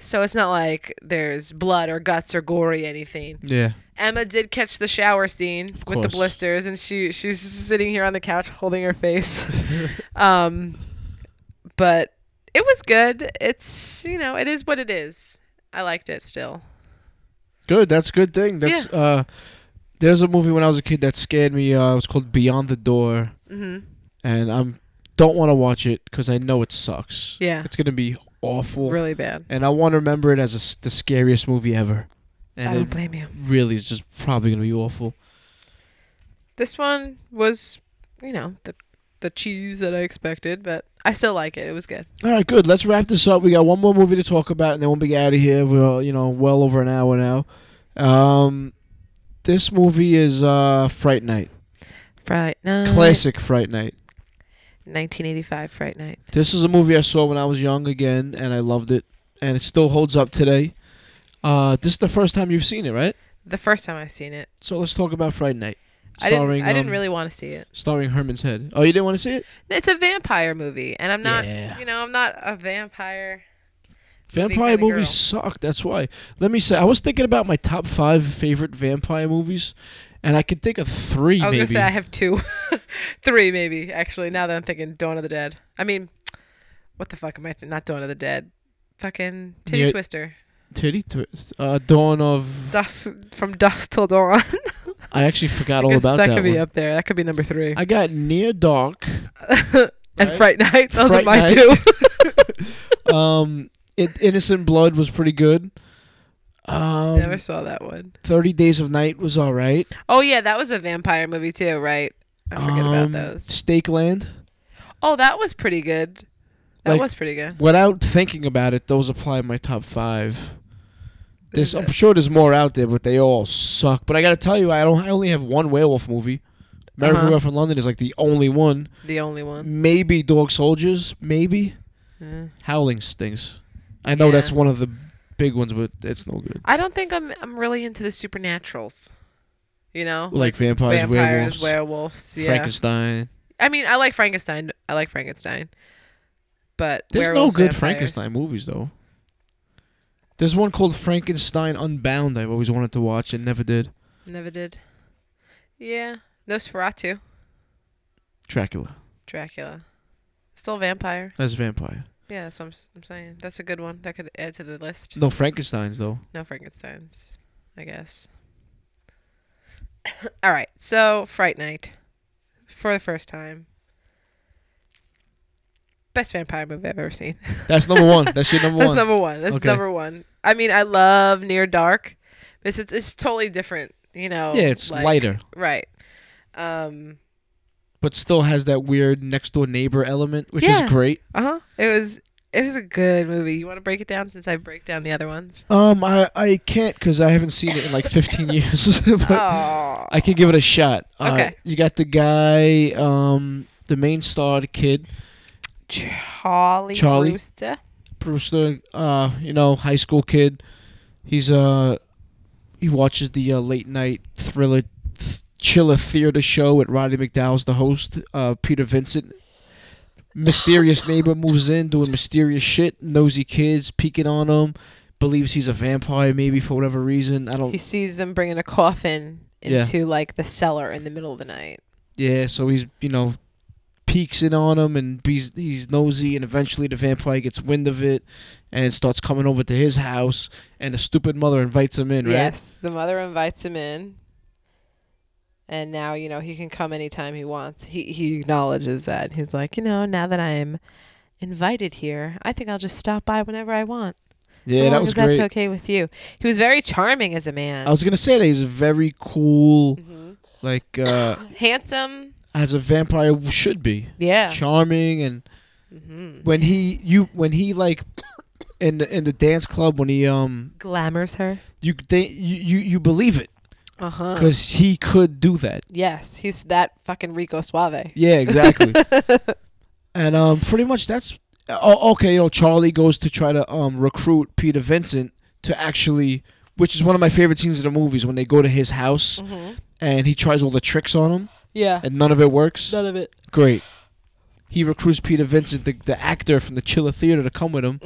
So it's not like there's blood or guts or gory anything. Yeah. Emma did catch the shower scene with the course. blisters, and she she's sitting here on the couch holding her face. um, but it was good. It's you know it is what it is. I liked it still. Good. That's a good thing. That's uh there's a movie when I was a kid that scared me. Uh, it was called Beyond the Door, Mm-hmm. and I'm don't want to watch it because I know it sucks. Yeah, It's gonna be awful, really bad. and I want to remember it as a s the scariest movie ever. I And don't it blame you. really is just probably gonna be awful. This one was, you know, the the cheese that I expected, but I still like it. It was good. All right, good. Let's wrap this up. We got one more movie to talk about, and then we'll be out of here. We're all, you know well over an hour now. Um, this movie is uh, Fright Night, Fright Night. classic Fright Night. 1985 Fright Night. This is a movie I saw when I was young again, and I loved it, and it still holds up today. Uh, this is the first time you've seen it, right? The first time I've seen it. So let's talk about Fright Night, I starring didn't, I didn't um, really want to see it. starring Herman's Head. Oh, you didn't want to see it? It's a vampire movie, and I'm not, Yeah. you know, I'm not a vampire. Vampire kinda movies girl. suck. That's why. Let me say, I was thinking about my top five favorite vampire movies, and I could think of three. I was maybe. gonna say I have two, three maybe actually. Now that I'm thinking, Dawn of the Dead. I mean, what the fuck am I? Th- not Dawn of the Dead. Fucking Titty Yeah. Twister. Titty twist. Uh, Dawn of. Dusk from dusk till dawn. I actually forgot I all guess about that that, could one. be up there. That could be number three. I got Near Dark. and right? Fright Night. Those Fright are my Night. two. Um, it, Innocent Blood was pretty good. Um, Never saw that one. Thirty Days of Night was all right. Oh yeah, that was a vampire movie too, right? I forget about Um, those. Stake Land. Oh, that was pretty good. That like- was pretty good. Without thinking about it, those apply in my top five. There's, There's I'm sure there's more out there, but they all suck. But I gotta tell you, I don't. I only have one werewolf movie. American Uh-huh. Werewolf in London is like the only one. The only one. Maybe Dog Soldiers. Maybe. Yeah. Howling Stings. I know Yeah. that's one of the big ones, but it's no good. I don't think I'm I'm really into the supernaturals. You know? Like vampires, Vampires, werewolves, werewolves, yeah. Frankenstein. I mean, I like Frankenstein. I like Frankenstein. But There's no werewolves, good vampires- Frankenstein movies though. There's one called Frankenstein Unbound I've always wanted to watch and never did. Never did. Yeah. Nosferatu. Dracula. Dracula. Still vampire. That's vampire. Yeah, that's what I'm, s- I'm saying. That's a good one. That could add to the list. No Frankenstein's though. No Frankensteins, I guess. All right, so Fright Night for the first time. Best vampire movie I've ever seen. That's number one. That's your number That's one. number one. That's Okay. number one. I mean, I love Near Dark. This it's, it's totally different, you know. yeah, it's like- lighter, Right. Um. but still has that weird next door neighbor element, which Yeah. is great. Uh huh. It was it was a good movie. You want to break it down since I break down the other ones? Um, I I can't because I haven't seen it in like 15 years. but Oh. I could give it a shot. Uh, Okay. You got the guy, um, the main star, the kid, Charlie. Charlie. Brewster. Brewster, uh, you know, high school kid. He's uh he watches the uh, late night thriller th- chiller theater show at Roddy McDowell's the host, uh Peter Vincent. Mysterious neighbor moves in doing mysterious shit, nosy kids peeking on him, believes he's a vampire maybe for whatever reason. I don't He sees them bringing a coffin Yeah. into like the cellar in the middle of the night. Yeah, so he's you know peeks in on him and he's he's nosy and eventually the vampire gets wind of it and starts coming over to his house and the stupid mother invites him in, right? Yes, the mother invites him in, and now you know he can come anytime he wants. He he acknowledges that. He's like, you know, now that I'm invited here, I think I'll just stop by whenever I want. so Yeah, long that was as that's great. Oh. okay with you. He was very charming as a man. I was gonna say that he's very cool, Mm-hmm. like uh, handsome. as a vampire should be, Yeah. Mm-hmm. charming and when he you when he like in the, in the dance club when he um Glamours her. you they, you, you you believe it Uh huh. because he could do that. Yes, he's that fucking Rico Suave. Yeah, exactly. and um, pretty much that's oh, okay. You know, Charlie goes to try to um recruit Peter Vincent to actually, which is one of my favorite scenes in the movies when they go to his house and he tries all the tricks on him Yeah. and none of it works. of it. Great. he recruits Peter Vincent, the, the actor from the Chiller Theater, to come with him.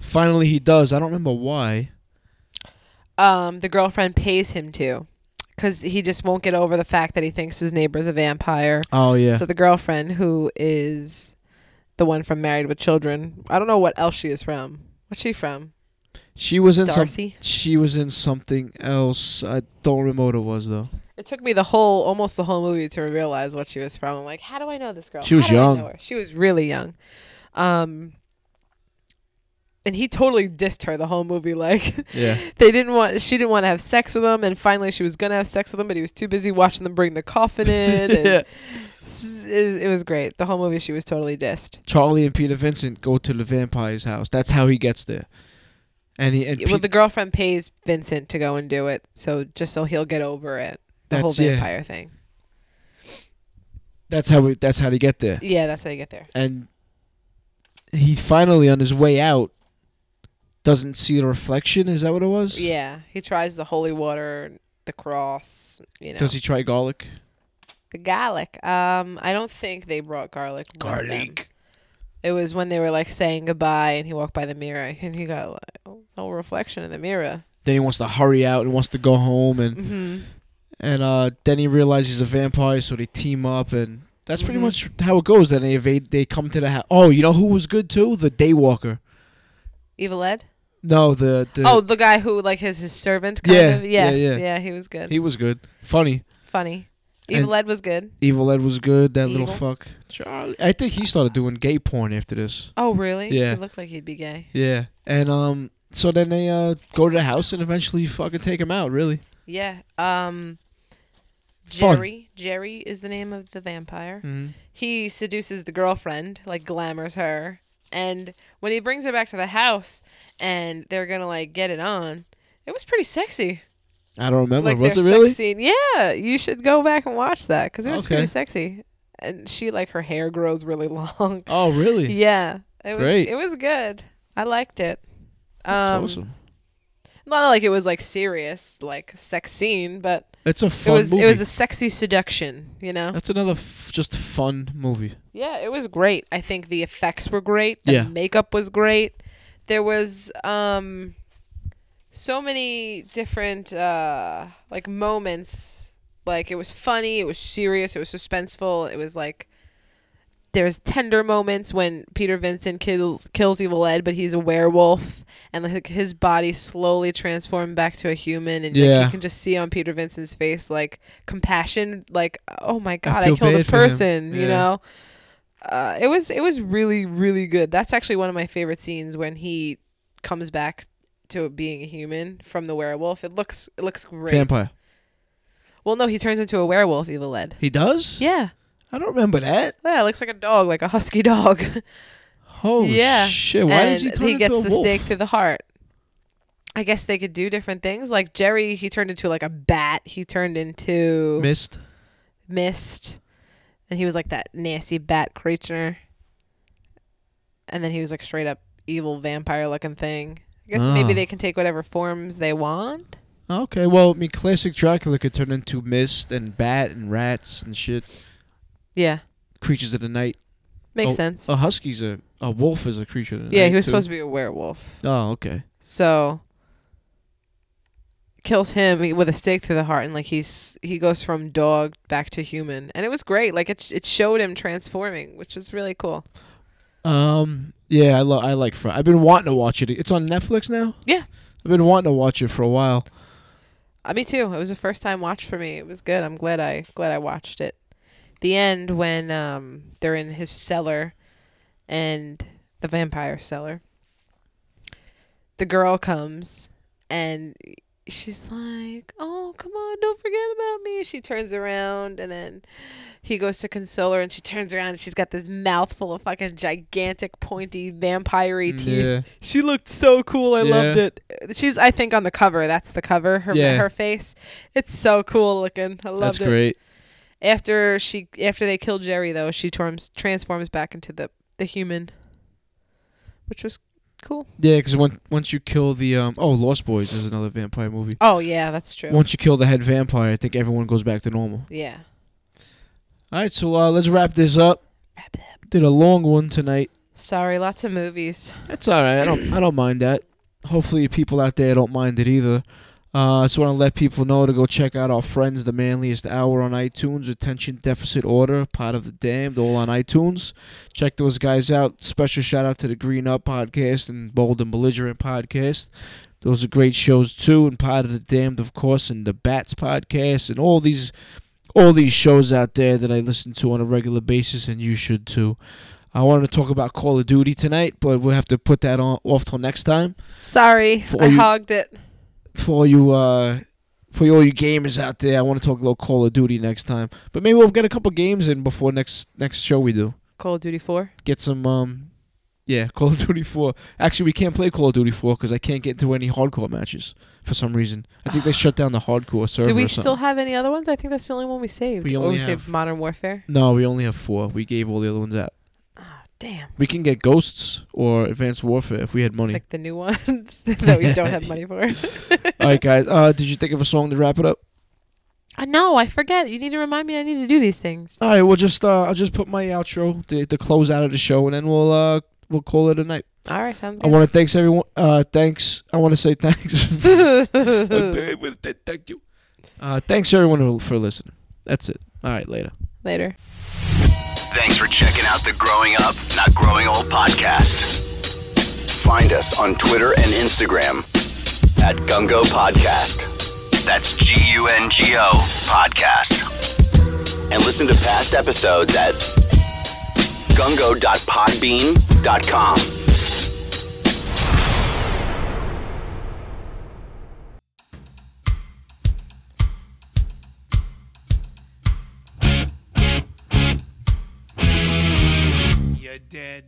Finally, he does. I don't remember why. um, the girlfriend pays him to because he just won't get over the fact that he thinks his neighbor's a vampire. Oh yeah, So the girlfriend, who is the one from Married with Children, I don't know what else she is from. What's she from? she was in some. Darcy. She was in something else. I don't remember what it was though. It took me the whole, almost the whole movie to realize what she was from. I'm like, how do I know this girl? She was How do I young. know her? She was really young. Um, and he totally dissed her the whole movie. Like, Yeah. they didn't want, she didn't want to have sex with him, and finally she was gonna have sex with him, but he was too busy watching them bring the coffin in. And Yeah. s- it, was, it was great. The whole movie, she was totally dissed. Charlie and Peter Vincent go to the vampire's house. That's how he gets there. And he and well, Pete- the girlfriend pays Vincent to go and do it, so just so he'll get over it. The whole That's- yeah. vampire thing. that's how we, that's how they get there. Yeah, that's how you get there. And he finally on his way out doesn't see the reflection. Is that what it was? Yeah, he tries the holy water, the cross. You know, Does he try garlic? the garlic. Um, I don't think they brought garlic. with them. It was when they were like saying goodbye, and he walked by the mirror, and he got like no reflection in the mirror. Then he wants to hurry out and wants to go home and Mm-hmm. and uh, then he realizes he's a vampire, so they team up and that's pretty Mm-hmm. much how it goes. Then they evade. They come to the house. Oh, you know who was good too? The Daywalker. Evil Ed. No, the, the oh, the guy who like is his servant. Kind Uh, Yeah, of. yeah, Yes. yeah. He was good. he was good. Funny. Funny. Evil Ed was good. Evil Ed was good. That Evil. little fuck. Charlie. I think he started doing gay porn after this. Oh, really? Yeah. He looked like he'd be gay. Yeah. And um, so then they uh go to the house and eventually fucking take him out. Really. Yeah. Um Fun. Mm-hmm. Jerry. Jerry is the name of the vampire. He seduces the girlfriend, like glamours her. And when he brings her back to the house and they're gonna like get it on, it was pretty sexy. I don't remember. Like Oh, was it their really? Sex scene. Yeah, you should go back and watch that because it was Okay. pretty sexy. And she like her hair grows really long. Oh, really? yeah, it was. Great. It was good. I liked it. That's Um, awesome. Not like it was like serious, like sex scene, but It's a it fun was movie. it was a sexy seduction, you know. That's another f- just fun movie. Yeah, it was great. I think the effects were great. The Yeah. makeup was great. There was um so many different uh like moments. Like it was funny, it was serious, it was suspenseful. It was like there's tender moments when Peter Vincent kills kills Evil Ed, but he's a werewolf, and like his body slowly transformed back to a human, and like, Yeah. you can just see on Peter Vincent's face like compassion, like oh my god, I, feel killed a bad for him. person, you Yeah. know. Uh, it was it was really really good. That's actually one of my favorite scenes when he comes back to being a human from the werewolf. It looks it looks great. Vampire. Well, no, he turns into a werewolf, Evil Ed. He does? Yeah. I don't remember that. Yeah, it looks like a dog, like a husky dog. Oh yeah. shit! Why and does he turn into gets a the wolf? stake through the heart. I guess they could do different things. Like Jerry, he turned into like a bat. He turned into Missed. mist, and he was like that nasty bat creature. And then he was like straight up evil vampire looking thing. I guess maybe Ah. they can take whatever forms they want. Okay, well, I mean, classic Dracula could turn into mist and bat and rats and shit, Yeah, creatures of the night. makes Oh, sense. A husky's a a wolf is a creature. Of the yeah, night he was too. supposed to be a werewolf. Oh, okay. So kills him with a stake through the heart and like he's he goes from dog back to human. And it was great. Like it it showed him transforming, which was really cool. Um, yeah, I lo- I like Fry. I've been wanting to watch it. It's on Netflix now. Yeah. I've been wanting to watch it for a while. Uh, me too. It was a first time watch for me. It was good. I'm glad I glad I watched it. The end when um they're in his cellar and the vampire cellar. The girl comes and she's like, "Oh, come on, don't forget about me." She turns around and then he goes to console her and she turns around and she's got this mouthful of fucking gigantic pointy vampire teeth. Yeah. She looked so cool. I Yeah. loved it. She's, I think, on the cover. That's the cover. Her Yeah. her face. It's so cool looking. I loved That's it. great. After she, after they kill Jerry, though, she torms, transforms back into the the human, which was cool. Yeah, because once once you kill the um oh Lost Boys is another vampire movie. Oh yeah, that's true. Once you kill the head vampire, I think everyone goes back to normal. yeah. All right, so uh, let's wrap this up. Wrap it up. Did a long one tonight. Sorry, lots of movies. That's all right. I don't I don't mind that. Hopefully, people out there don't mind it either. Uh, I just want to let people know to go check out our friends, The Manliest Hour on iTunes, Attention Deficit Order, Part of the Damned, all on iTunes. Check those guys out. Special shout out to the Green Up Podcast and Bold and Belligerent Podcast. Those are great shows too, and Part of the Damned, of course, and the Bats Podcast, and all these, all these shows out there that I listen to on a regular basis, and you should too. I wanted to talk about Call of Duty tonight, but we'll have to put that on off till next time. Sorry, For I you- hogged it. For all you uh for all you gamers out there, I want to talk a little Call of Duty next time. But maybe we'll get a couple games in before next next show we do. Call of Duty 4. Get some um yeah, Call of Duty 4. Actually, we can't play Call of Duty 4 cuz I can't get into any hardcore matches for some reason. I think they shut down the hardcore server. Do we or something. still have any other ones? I think that's the only one we saved. We Oh, only saved have- Modern Warfare. Ah, No, we only have 4. We gave all the other ones out. Damn, We can get Ghosts or Advanced Warfare if we had money. like the new ones that we don't have money for. all right, guys. Uh did you think of a song to wrap it up? I know. I forget. You need to remind me. I need to do these things. All right, we'll just uh, I'll just put my outro to, to close out of the show, and then we'll uh we'll call it a night. All right, sounds I good. want to thanks everyone. Uh, thanks. I want to say thanks. I wanna say Thank you. Uh, thanks everyone who- for listening. That's it. All right, later. Later. Thanks for checking out the Growing Up, Not Growing Old podcast. Find us on Twitter and Instagram at Gungo Podcast. That's G U N G O Podcast. And listen to past episodes at gungo.podbean.com. You're dead.